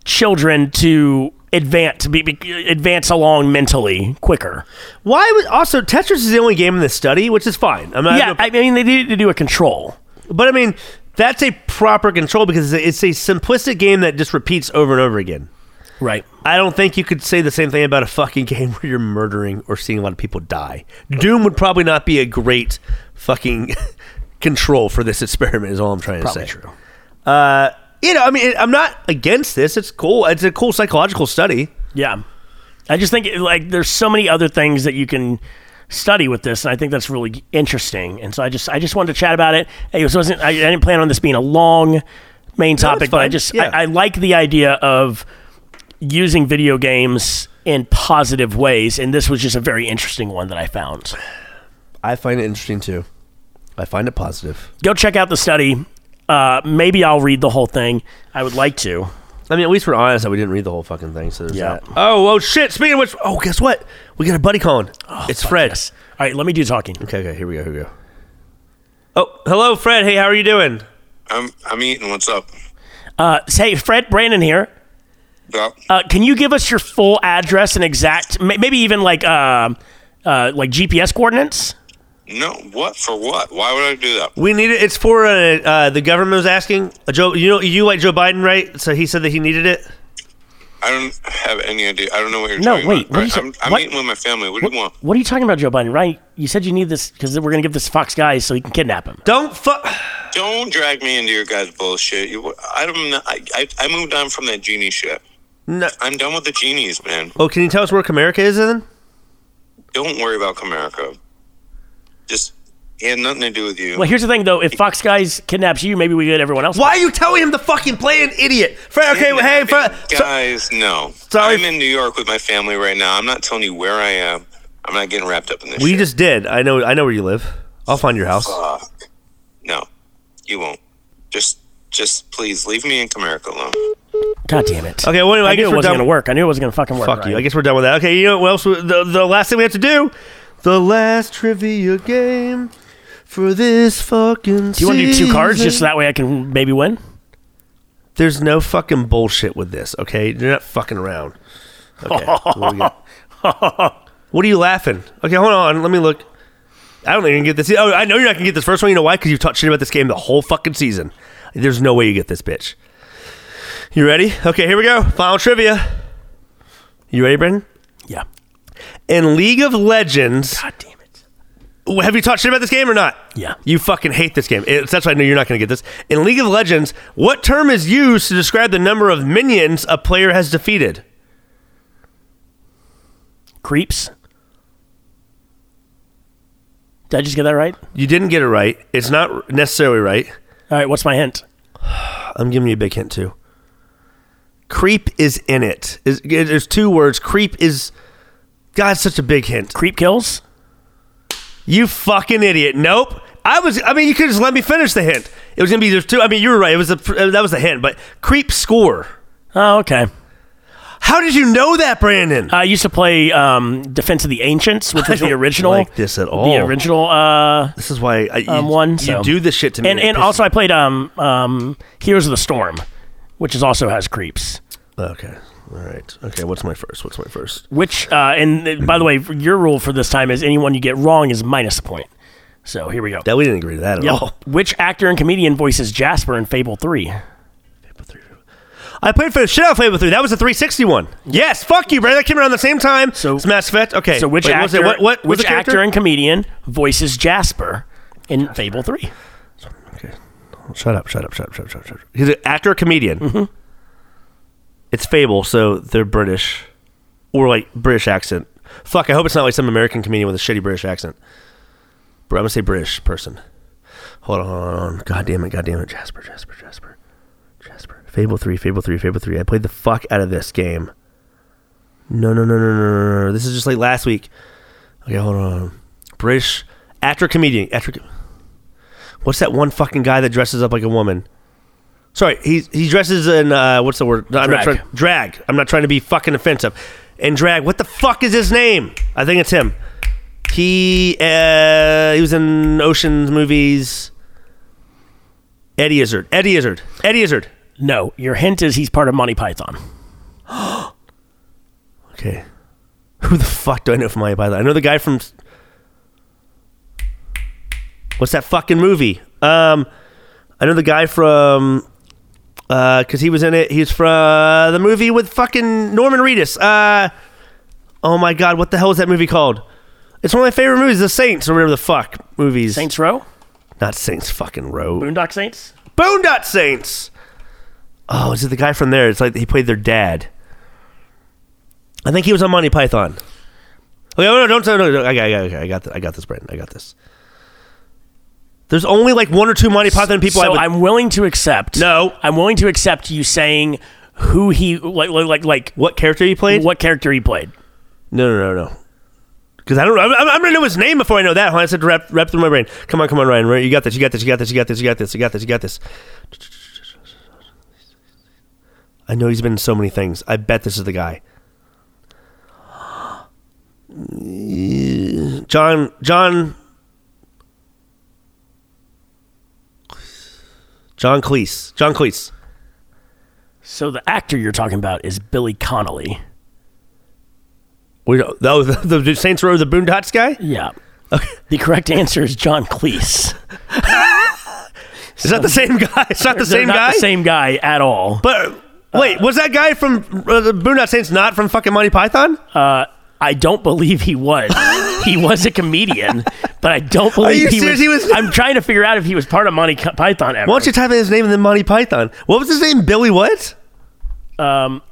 Speaker 2: children to advance to be, be, advance along mentally quicker.
Speaker 1: Why would also Tetris is the only game in this study, which is fine. I'm not,
Speaker 2: yeah, I mean they need to do a control.
Speaker 1: but I mean that's a proper control because it's a, it's a simplistic game that just repeats over and over again.
Speaker 2: Right.
Speaker 1: I don't think you could say the same thing about a fucking <laughs> game where you're murdering or seeing a lot of people die. Doom would probably not be a great fucking <laughs> control for this experiment. Is all I'm trying
Speaker 2: Probably
Speaker 1: to say.
Speaker 2: true.
Speaker 1: Uh, you know, I mean, I'm not against this. It's cool. It's a cool psychological study.
Speaker 2: Yeah. I just think like there's so many other things that you can study with this, and I think that's really interesting. And so I just I just wanted to chat about it. It was, wasn't I, I didn't plan on this being a long main topic, but I
Speaker 1: fine.
Speaker 2: just
Speaker 1: Yeah.
Speaker 2: I, I like the idea of using video games in positive ways, and this was just a very interesting one that I found.
Speaker 1: I find it interesting too. I find it positive.
Speaker 2: go check out the study. Uh, maybe I'll read the whole thing. I would like to.
Speaker 1: I mean, at least we're honest that we didn't read the whole fucking thing. So there's
Speaker 2: Yeah.
Speaker 1: that. Oh, oh shit! Speaking of which, oh guess what? We got a buddy calling. it's Fred.
Speaker 2: Yes. All right, let me do talking.
Speaker 1: Oh, Okay, okay. Here we go. Here we go. Oh, hello, Fred. Hey, how are you doing?
Speaker 7: I'm I'm eating. What's up?
Speaker 2: Uh, say, Fred Brandon here.
Speaker 7: Yep.
Speaker 2: Uh, can you give us your full address and exact, may- maybe even like uh, uh, like GPS coordinates?
Speaker 7: No, what for what? Why would I do that?
Speaker 1: We need it. It's for uh, uh, the government was asking. Uh, Joe, you know, you like Joe Biden, right? So he said that he needed it.
Speaker 7: I don't have any idea. I don't know what you're
Speaker 2: No,
Speaker 7: talking
Speaker 2: wait,
Speaker 7: about.
Speaker 2: what
Speaker 7: Right,
Speaker 2: you said-
Speaker 7: I'm, I'm
Speaker 2: what-
Speaker 7: meeting with my family. What, do you want?
Speaker 2: What are you talking about, Joe Biden? Right? You said you need this because we're gonna give this to Fox guy so he can kidnap him.
Speaker 1: Don't fuck.
Speaker 7: Don't drag me into your guys' bullshit. You, I don't. know- I, I I moved on from that genie shit.
Speaker 1: No.
Speaker 7: I'm done with the genies, man.
Speaker 1: Oh, can you tell us where Comerica is then?
Speaker 7: Don't worry about Comerica. Just it had nothing to do with you.
Speaker 2: Well, here's the thing though: if Fox guys kidnaps you, maybe we get everyone else.
Speaker 1: Why are you telling him the fucking plan, idiot? Fred, okay, well, hey, Fred. So,
Speaker 7: guys, no.
Speaker 1: Sorry.
Speaker 7: I'm in New York with my family right now. I'm not telling you where I am. I'm not getting wrapped up in this.
Speaker 1: we
Speaker 7: shit.
Speaker 1: just did. I know. I know where you live. I'll find your house.
Speaker 7: Fuck. No, you won't. Just, just please leave me in Comerica alone.
Speaker 2: God damn it!
Speaker 1: Okay, well, anyway, I,
Speaker 2: I, knew
Speaker 1: guess
Speaker 2: it
Speaker 1: we're
Speaker 2: wasn't
Speaker 1: done.
Speaker 2: gonna work. I knew it wasn't gonna fucking work.
Speaker 1: Fuck you.
Speaker 2: Ryan.
Speaker 1: I guess we're done with that. Okay, you know what else? we- The, the last thing we have to do, the last trivia game for this fucking.
Speaker 2: Do you want to do two cards just so
Speaker 1: season.
Speaker 2: that way I can maybe win?
Speaker 1: There's no fucking bullshit with this. Okay, you're not fucking around. Okay. what, do we got? What are you laughing? Okay, hold on. Let me look. I don't even get this. Oh, I know you're not gonna get this first one. You know why? Because you've talked shit about this game the whole fucking season. There's no way you get this bitch. You ready? Okay, here we go. Final trivia. You ready, Brendan?
Speaker 2: Yeah.
Speaker 1: In League of Legends,
Speaker 2: God damn it.
Speaker 1: have you talked shit about this game or not?
Speaker 2: Yeah.
Speaker 1: You fucking hate this game. It's, that's why I know you're not going to get this. In League of Legends, what term is used to describe the number of minions a player has defeated?
Speaker 2: Creeps. Did I just get that right?
Speaker 1: You didn't get it right. It's not necessarily right.
Speaker 2: All right. What's my hint?
Speaker 1: I'm giving you a big hint too. Creep is in it. Is- There's two words. Creep is. God, it's such a big hint.
Speaker 2: Creep kills.
Speaker 1: You fucking idiot. Nope. I was. I mean, you could just let me finish the hint. It was gonna be there's two. I mean, you were right. It was a, that was the hint. But creep score.
Speaker 2: Oh, okay.
Speaker 1: How did you know that, Brandon?
Speaker 2: I used to play um, Defense of the Ancients, which was
Speaker 1: don't
Speaker 2: the original.
Speaker 1: like this at all.
Speaker 2: The original uh,
Speaker 1: This is why I, you,
Speaker 2: um, one.
Speaker 1: you
Speaker 2: so-
Speaker 1: do this shit to me.
Speaker 2: And,
Speaker 1: It
Speaker 2: and
Speaker 1: pisses
Speaker 2: also, I played um, um, Heroes of the Storm, which is also has creeps.
Speaker 1: me- okay, all right, okay. What's my first? What's my first?
Speaker 2: Which, uh, and uh, by the way, your rule for this time is anyone you get wrong is minus a point. So here we go.
Speaker 1: That oh. we didn't agree to that at
Speaker 2: Yep.
Speaker 1: all. <laughs>
Speaker 2: Which actor and comedian voices Jasper in Fable Three?
Speaker 1: I played for the shit out of Fable Three. That was a 360 one. Yes, fuck you, brother. That came around the same time.
Speaker 2: So-
Speaker 1: So it's Mass Effect. Okay.
Speaker 2: So which
Speaker 1: Wait, what was
Speaker 2: actor?
Speaker 1: it? What, what was
Speaker 2: which
Speaker 1: the character?
Speaker 2: actor and comedian voices Jasper in Fable Three?
Speaker 1: Shut up! Shut up! Shut up! Shut up! Shut up! Shut up. Mm-hmm. He's an actor, comedian. It's Fable, so they're British, or like British accent. Fuck! I hope it's not like some American comedian with a shitty British accent. Bro, I'm gonna say British person. Hold on, hold on. God damn it! God damn it! Jasper! Jasper! Jasper! Jasper! Fable three! Fable three! Fable three! I played the fuck out of this game. No! No! No! No! No! No! no. This is just like last week. Okay, hold on. British actor, comedian, actor. co- What's that one fucking guy that dresses up like a woman? Sorry, he he dresses in uh, what's the word? No, I'm not
Speaker 2: Drag.
Speaker 1: trying, drag. I'm not trying to be fucking offensive. And drag. What the fuck is his name? I think it's him. He uh, he was in Ocean's movies. Eddie Izzard. Eddie Izzard. Eddie Izzard.
Speaker 2: No, your hint is he's part of Monty Python.
Speaker 1: Okay. Who the fuck do I know from Monty Python? I know the guy from. What's that fucking movie? Um, I know the guy from. Uh, cause he was in it. He's from uh, the movie with fucking Norman Reedus. Uh, oh my god, what the hell is that movie called? It's one of my favorite movies, The Saints or whatever the fuck movies.
Speaker 2: Saints Row,
Speaker 1: not Saints, fucking Row.
Speaker 2: Boondock Saints.
Speaker 1: Boondock Saints. Oh, is it the guy from there? It's like he played their dad. I think he was on Monty Python. Okay, no, no, don't, no, no, no. I got, I got, I got, this, I got this, Brandon. I got this. There's only like one or two Monty Python people. I
Speaker 2: so
Speaker 1: would,
Speaker 2: I'm willing to accept.
Speaker 1: No.
Speaker 2: I'm willing to accept you saying who he like like like
Speaker 1: what character he played?
Speaker 2: what character he played.
Speaker 1: No, no, no, no. Because I don't know. I'm, I'm- I'm gonna know his name before I know that. Hold on, I just have to wrap, wrap through my brain. Come on, come on, Ryan. Ryan, You got this. You got this. You got this. You got this. You got this. You got this. You got this. I know he's been in so many things. I bet this is the guy. John. John. John Cleese. John Cleese.
Speaker 2: So the actor you're talking about is Billy Connolly.
Speaker 1: We don't, that was the, the Saints Row the Boondocks guy?
Speaker 2: Yeah. The correct answer is John Cleese.
Speaker 1: Is that the same guy? It's not <laughs> the
Speaker 2: <laughs> They're
Speaker 1: same
Speaker 2: not
Speaker 1: guy?
Speaker 2: The same guy at all.
Speaker 1: But wait, was that guy from uh, the Boondock Saints not from fucking Monty Python?
Speaker 2: I don't believe
Speaker 1: <laughs>
Speaker 2: he was. he was a comedian, but I don't believe
Speaker 1: you
Speaker 2: he,
Speaker 1: serious?
Speaker 2: was,
Speaker 1: He was-
Speaker 2: I'm trying to figure out if he was part of Monty Cu- Python ever.
Speaker 1: Why don't you type in his name and then Monty Python? What was his name? Billy what?
Speaker 2: um,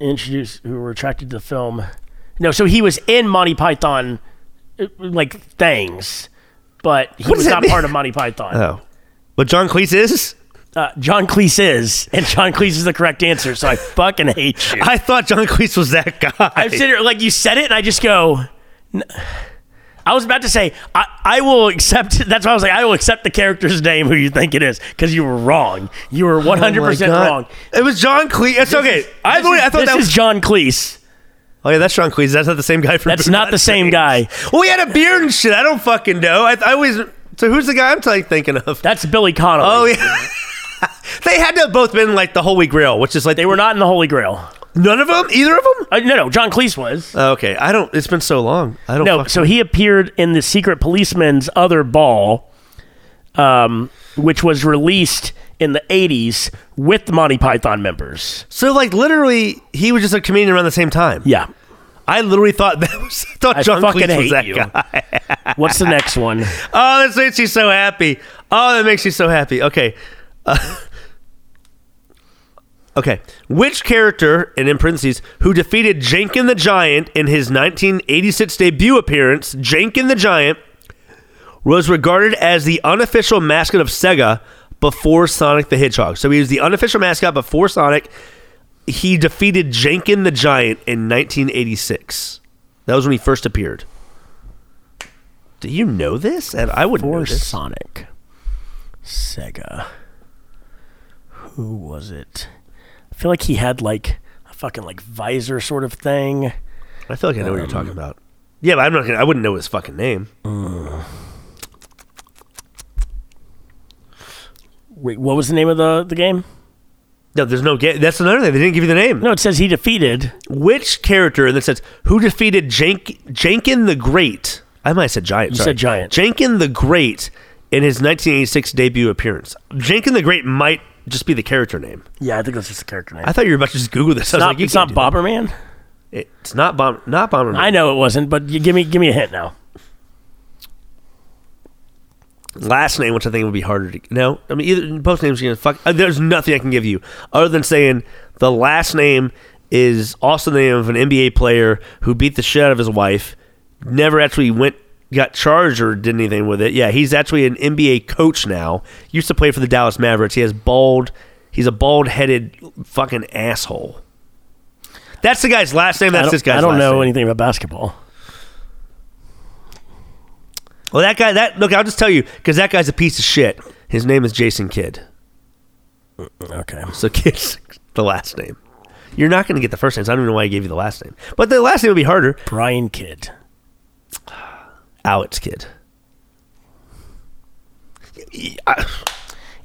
Speaker 2: introduce who were attracted to the film. No, so he was in Monty Python, uh, like things, but he
Speaker 1: What does
Speaker 2: was
Speaker 1: that
Speaker 2: not
Speaker 1: mean?
Speaker 2: part of Monty Python.
Speaker 1: Oh, but John Cleese is.
Speaker 2: Uh, John Cleese is, and John Cleese is the correct answer. So I fucking
Speaker 1: <laughs>
Speaker 2: hate you.
Speaker 1: I thought John Cleese was that guy.
Speaker 2: I'm sitting here like you said it, and I just go. "N- I was about to say I, I will accept. <laughs> That's why I was like I will accept the character's name who you think it is because you were wrong. You were 100 percent
Speaker 1: Oh God.
Speaker 2: wrong.
Speaker 1: It was John Cleese. It's okay. I,
Speaker 2: This
Speaker 1: believe,
Speaker 2: is-
Speaker 1: I thought
Speaker 2: this
Speaker 1: that
Speaker 2: is
Speaker 1: was.
Speaker 2: John Cleese.
Speaker 1: Oh yeah, that's John Cleese. That's not the same guy from. <laughs>
Speaker 2: That's not the
Speaker 1: Boondock
Speaker 2: same
Speaker 1: Saints.
Speaker 2: guy.
Speaker 1: Well, he had a beard and shit. I don't fucking know. I, I always. So who's the guy I'm like, thinking of?
Speaker 2: That's Billy Connolly.
Speaker 1: oh yeah. <laughs> they had to have both been like the Holy Grail, which is like
Speaker 2: They were not in the Holy Grail.
Speaker 1: none of them, either of them.
Speaker 2: Uh, no, no, John Cleese was.
Speaker 1: Okay, I don't. It's been so long. I don't.
Speaker 2: no,
Speaker 1: fucking-
Speaker 2: so he appeared in the Secret Policeman's other ball, um, which was released in the 80s with the Monty Python members.
Speaker 1: So like literally, he was just a comedian around the same time.
Speaker 2: Yeah.
Speaker 1: I literally thought that was I thought
Speaker 2: I
Speaker 1: John
Speaker 2: fucking
Speaker 1: Cleese was
Speaker 2: hate
Speaker 1: that
Speaker 2: you.
Speaker 1: guy. <laughs>
Speaker 2: What's the next <laughs> one?
Speaker 1: Oh, that makes you so happy. Oh, that makes you so happy. Okay. Uh, okay. Which character, and in parentheses, who defeated Jenkin the Giant in his 1986 debut appearance, Jenkin the Giant, was regarded as the unofficial mascot of Sega before Sonic the Hedgehog. So he was the unofficial mascot before Sonic. He defeated Jenkin the Giant in 1986. That was when he first appeared. Do you know this? And I would know
Speaker 2: Or
Speaker 1: this.
Speaker 2: Sonic. Sega. Who was it? I feel like he had like a fucking like visor sort of thing.
Speaker 1: I feel like I know what you're talking about. Yeah, but I'm not gonna. I wouldn't know his fucking name.
Speaker 2: Wait, what was the name of the, the game?
Speaker 1: No, there's no game. That's another thing. They didn't give you the name.
Speaker 2: No, it says he defeated.
Speaker 1: Which character in this sense? Who defeated Jank, Jankin the Great? I might have said Giant.
Speaker 2: You
Speaker 1: sorry.
Speaker 2: said Giant.
Speaker 1: Jankin the Great in his 1986 debut appearance. Jankin the Great might just be the character name.
Speaker 2: Yeah, I think that's just the character name.
Speaker 1: I thought you were about to just Google this. I was
Speaker 2: not,
Speaker 1: like, you
Speaker 2: it's
Speaker 1: can't
Speaker 2: not
Speaker 1: do that.
Speaker 2: Bomberman.
Speaker 1: It's not bomb. Not Bomberman.
Speaker 2: I know it wasn't, but you give me give me a hint now.
Speaker 1: last name, which I think would be harder to. No, I mean either both names are gonna fuck. uh, There's nothing I can give you other than saying the last name is also the name of an NBA player who beat the shit out of his wife. Never actually went got charged or did anything with it. Yeah, he's actually an NBA coach now. Used to play for the Dallas Mavericks. He has bald. He's a bald headed fucking asshole. That's the guy's last name.
Speaker 2: I
Speaker 1: That's
Speaker 2: don't,
Speaker 1: this guy's.
Speaker 2: I don't
Speaker 1: last
Speaker 2: know
Speaker 1: name.
Speaker 2: anything about basketball.
Speaker 1: Well, that guy, that look, I'll just tell you because that guy's a piece of shit. His name is Jason Kidd.
Speaker 2: Okay.
Speaker 1: So <laughs> kids, the last name. You're not going to get the first names. I don't even know why I gave you the last name, but the last name would be harder.
Speaker 2: Brian Kidd.
Speaker 1: Alex Kidd.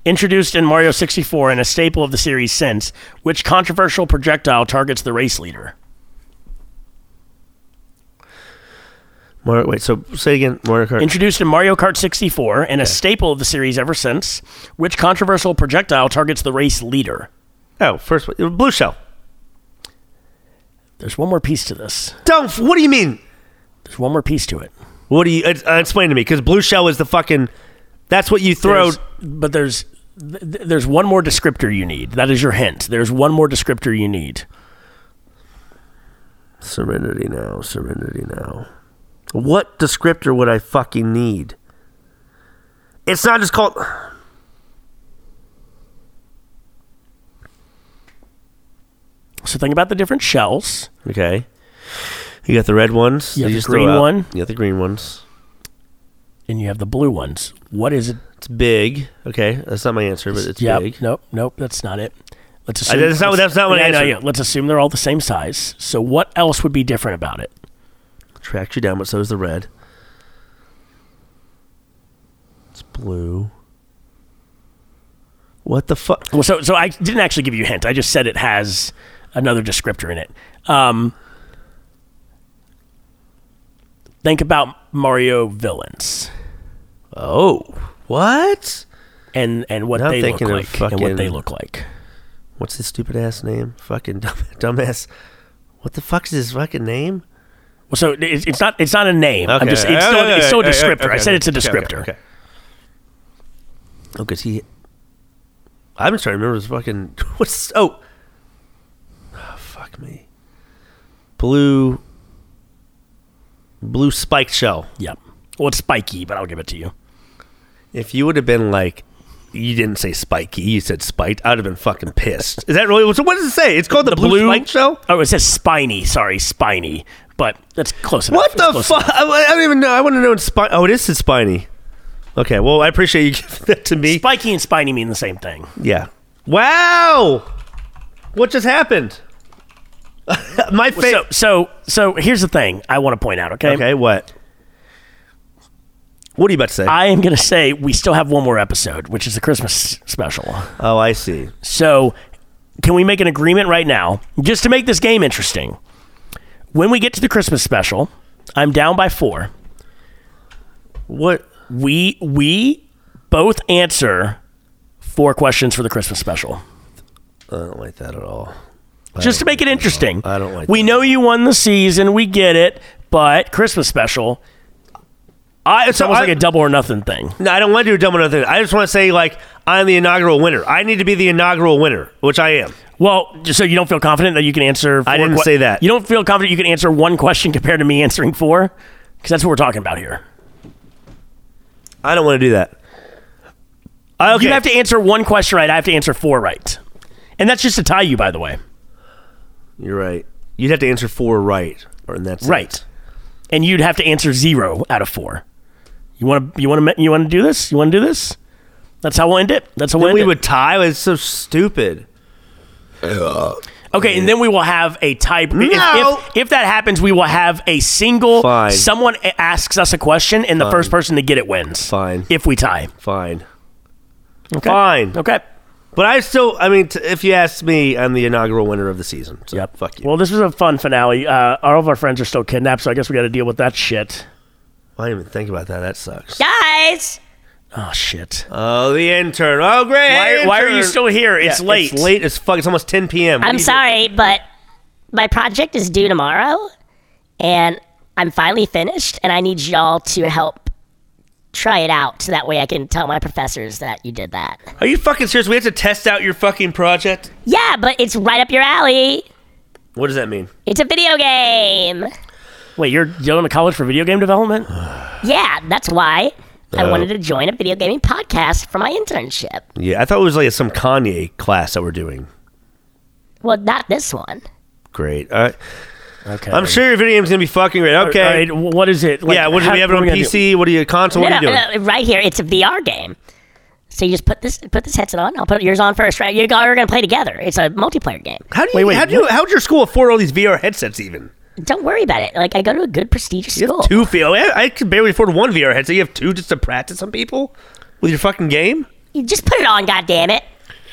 Speaker 2: Introduced in Mario 64 and a staple of the series since, which controversial projectile targets the race leader?
Speaker 1: Mario, wait, so say again, Mario Kart.
Speaker 2: Introduced in Mario Kart 64 and a staple of the series ever since, which controversial projectile targets the race leader?
Speaker 1: oh, first one- blue shell.
Speaker 2: There's one more piece to this.
Speaker 1: Don't. What do you mean?
Speaker 2: There's one more piece to it.
Speaker 1: What do you uh, uh, explain to me? Because blue shell is the fucking. That's what you throw.
Speaker 2: There's- but there's th- th- there's one more descriptor you need. That is your hint. There's one more descriptor you need.
Speaker 1: Serenity now. Serenity now. What descriptor would I fucking need? It's not just called. <sighs>
Speaker 2: So think about the different shells.
Speaker 1: Okay. You got the red ones.
Speaker 2: You have
Speaker 1: that
Speaker 2: the
Speaker 1: just throw
Speaker 2: green
Speaker 1: out.
Speaker 2: one.
Speaker 1: You got the green ones.
Speaker 2: and you have the blue ones. What is it?
Speaker 1: It's big. Okay, that's not my answer, but it's
Speaker 2: Yeah,
Speaker 1: big.
Speaker 2: nope, nope, that's not it. Let's
Speaker 1: I-
Speaker 2: assume
Speaker 1: that's not- that's not what I
Speaker 2: yeah, know,
Speaker 1: answered.
Speaker 2: yeah. Let's assume they're all the same size. So what else would be different about it?
Speaker 1: Tracks you down, but so is the red. It's blue. What the fuck?
Speaker 2: Well, so so I didn't actually give you a hint. I just said it has another descriptor in it. Um, think about Mario villains
Speaker 1: Oh, what?
Speaker 2: and and what
Speaker 1: Now I'm
Speaker 2: they look
Speaker 1: thinking of
Speaker 2: like and what they
Speaker 1: fucking-
Speaker 2: look like.
Speaker 1: What's his stupid ass name? Fucking <laughs> dumb, dumbass. What the fuck's his fucking name?
Speaker 2: Well, so it's, it's not it's not a name. I'm
Speaker 1: Okay.
Speaker 2: just it's
Speaker 1: Oh,
Speaker 2: still,
Speaker 1: no,
Speaker 2: it's
Speaker 1: no,
Speaker 2: still a
Speaker 1: no, okay,
Speaker 2: descriptor. I
Speaker 1: okay,
Speaker 2: said it's a
Speaker 1: okay, okay,
Speaker 2: descriptor.
Speaker 1: okay. Oh, because he. I'm just trying to remember his fucking. <laughs> What's. Oh. oh. Fuck me. Blue. Blue spiked shell.
Speaker 2: Yep. Well, it's spiky, but I'll give it to you.
Speaker 1: If you would have been like. You didn't say spiky. You said spiked. I'd have been fucking pissed. Is that really? So what does it say? It's called the, blue, spiked shell.
Speaker 2: Oh, it says spiny. Sorry, spiny. But that's close enough.
Speaker 1: What
Speaker 2: It's
Speaker 1: the
Speaker 2: close
Speaker 1: fuck? I, I don't even know. I want to know. It's spiny. Oh, it is it's spiny. Okay. Well, I appreciate you <laughs> giving that to me.
Speaker 2: Spiky and spiny mean the same thing.
Speaker 1: Yeah. Wow. What just happened? <laughs> My face.
Speaker 2: So, so, so here's the thing I want to point out, okay?
Speaker 1: okay. What? What are you about to say?
Speaker 2: I am going to say we still have one more episode, which is the Christmas special.
Speaker 1: oh, I see.
Speaker 2: So, can we make an agreement right now, just to make this game interesting? When we get to the Christmas special, I'm down by four.
Speaker 1: What?
Speaker 2: We we both answer four questions for the Christmas special,
Speaker 1: I don't like that at all.
Speaker 2: just to make it interesting.
Speaker 1: I don't like
Speaker 2: We
Speaker 1: that.
Speaker 2: know you won the season. We get it, but Christmas special.
Speaker 1: I,
Speaker 2: It's almost like a double or nothing thing.
Speaker 1: No, I don't want to do a dumb or nothing. I just want to say like I'm the inaugural winner. I need to be the inaugural winner, which I am.
Speaker 2: Well, just so you don't feel confident that you can answer. Four
Speaker 1: I didn't say that.
Speaker 2: You don't feel confident you can answer one question compared to me answering four, because that's what we're talking about here.
Speaker 1: I don't want to do that. I, okay.
Speaker 2: You have to answer one question right. I have to answer four right, and that's just to tie you, by the way.
Speaker 1: You're right. You'd have to answer four right, or and that's
Speaker 2: Right, and you'd have to answer zero out of four. You want to? You want to? You want to do this? You want to do this? That's how we'll end it. That's how we'll
Speaker 1: Then
Speaker 2: end
Speaker 1: we
Speaker 2: it.
Speaker 1: would tie. It's so stupid.
Speaker 2: okay, and then we will have a type. if-
Speaker 1: No!
Speaker 2: If, if that happens, we will have a single.
Speaker 1: Fine.
Speaker 2: Someone a- asks us a question, and the first person to get it wins.
Speaker 1: Fine.
Speaker 2: If we tie.
Speaker 1: Fine. Fine.
Speaker 2: Okay.
Speaker 1: But I still, I mean, t- if you ask me, I'm the inaugural winner of the season. So Fuck you.
Speaker 2: Well, this was a fun finale. Uh, all of our friends are still kidnapped, so I guess we got to deal with that shit.
Speaker 1: I didn't even think about that. That sucks.
Speaker 4: Guys!
Speaker 2: Oh shit.
Speaker 1: Oh, the intern. Oh, great.
Speaker 2: Why, why are you
Speaker 1: intern.
Speaker 2: still here? It's
Speaker 1: Yeah,
Speaker 2: late.
Speaker 1: It's late as fuck. It's almost 10 p.m. What are
Speaker 4: I'm
Speaker 1: you
Speaker 4: sorry, but my project is due tomorrow, and I'm finally finished, and I need y'all to help try it out so that way I can tell my professors that you did that.
Speaker 1: doing? Are you fucking serious? We have to test out your fucking project.
Speaker 4: Yeah, but it's right up your alley.
Speaker 1: What does that mean?
Speaker 4: It's a video game.
Speaker 2: Wait, you're you're going to college for video game development?
Speaker 4: Yeah, that's why I
Speaker 1: Uh,
Speaker 4: wanted to join a video gaming podcast for my internship.
Speaker 1: Yeah, I thought it was like some Kanye class that we're doing.
Speaker 4: Well, not this one.
Speaker 1: Great. All right. Um,
Speaker 2: Okay.
Speaker 1: I'm sure your video game's gonna be fucking great. Okay.
Speaker 2: All right, wh- what is it? Like,
Speaker 1: yeah. What do
Speaker 2: how-
Speaker 1: we have it
Speaker 2: are
Speaker 1: on
Speaker 2: gonna do?
Speaker 1: PC? What are you console? what
Speaker 4: no,
Speaker 1: are you doing?
Speaker 4: no, no, right here. It's a VR game. So you just put this put this headset on. I'll put yours on first. Right, you're, go- we're gonna play together. It's a multiplayer game.
Speaker 1: How do you?
Speaker 2: Wait, wait,
Speaker 1: how do you? How'd your school afford all these VR headsets? Even
Speaker 4: Don't worry about it. Like I go to a good prestigious
Speaker 1: you
Speaker 4: school.
Speaker 1: have two VR. I, I could barely afford one VR headset. You have two just to practice some people with your fucking game.
Speaker 4: You just put it on, God damn it.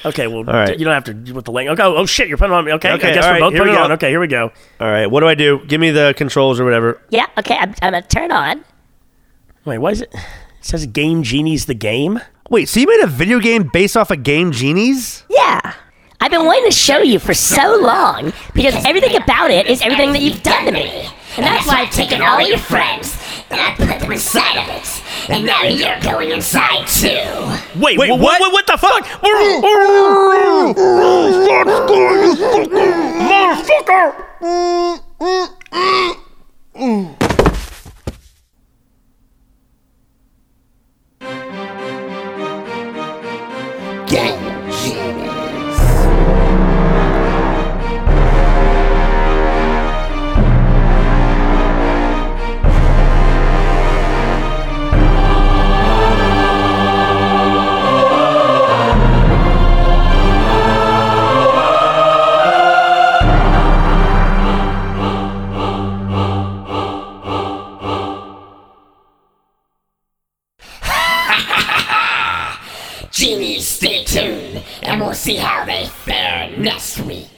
Speaker 2: Okay, well,
Speaker 1: All right.
Speaker 2: d- you don't have to do with the link. Okay, oh, oh, shit, you're putting it on me. Okay,
Speaker 1: Okay,
Speaker 2: I guess
Speaker 1: all right,
Speaker 2: we're both
Speaker 1: here
Speaker 2: putting
Speaker 1: we
Speaker 2: it
Speaker 1: go.
Speaker 2: on. Okay, here we go.
Speaker 1: All right. What do I do? Give me the controls or whatever.
Speaker 4: Yeah, okay. I'm, I'm gonna turn it on.
Speaker 2: Wait, why is it? It says Game Genie's the game?
Speaker 1: Wait. So you made a video game based off of Game Genies?
Speaker 4: Yeah. I've been wanting to show you for so long because everything about it is everything that you've done to me. And that's why I've taken all your friends and I put them inside of it. And now you're going inside too.
Speaker 2: Wait, wait, what? What, the fuck?
Speaker 8: Genies, stay tuned.
Speaker 4: see how they fare next week.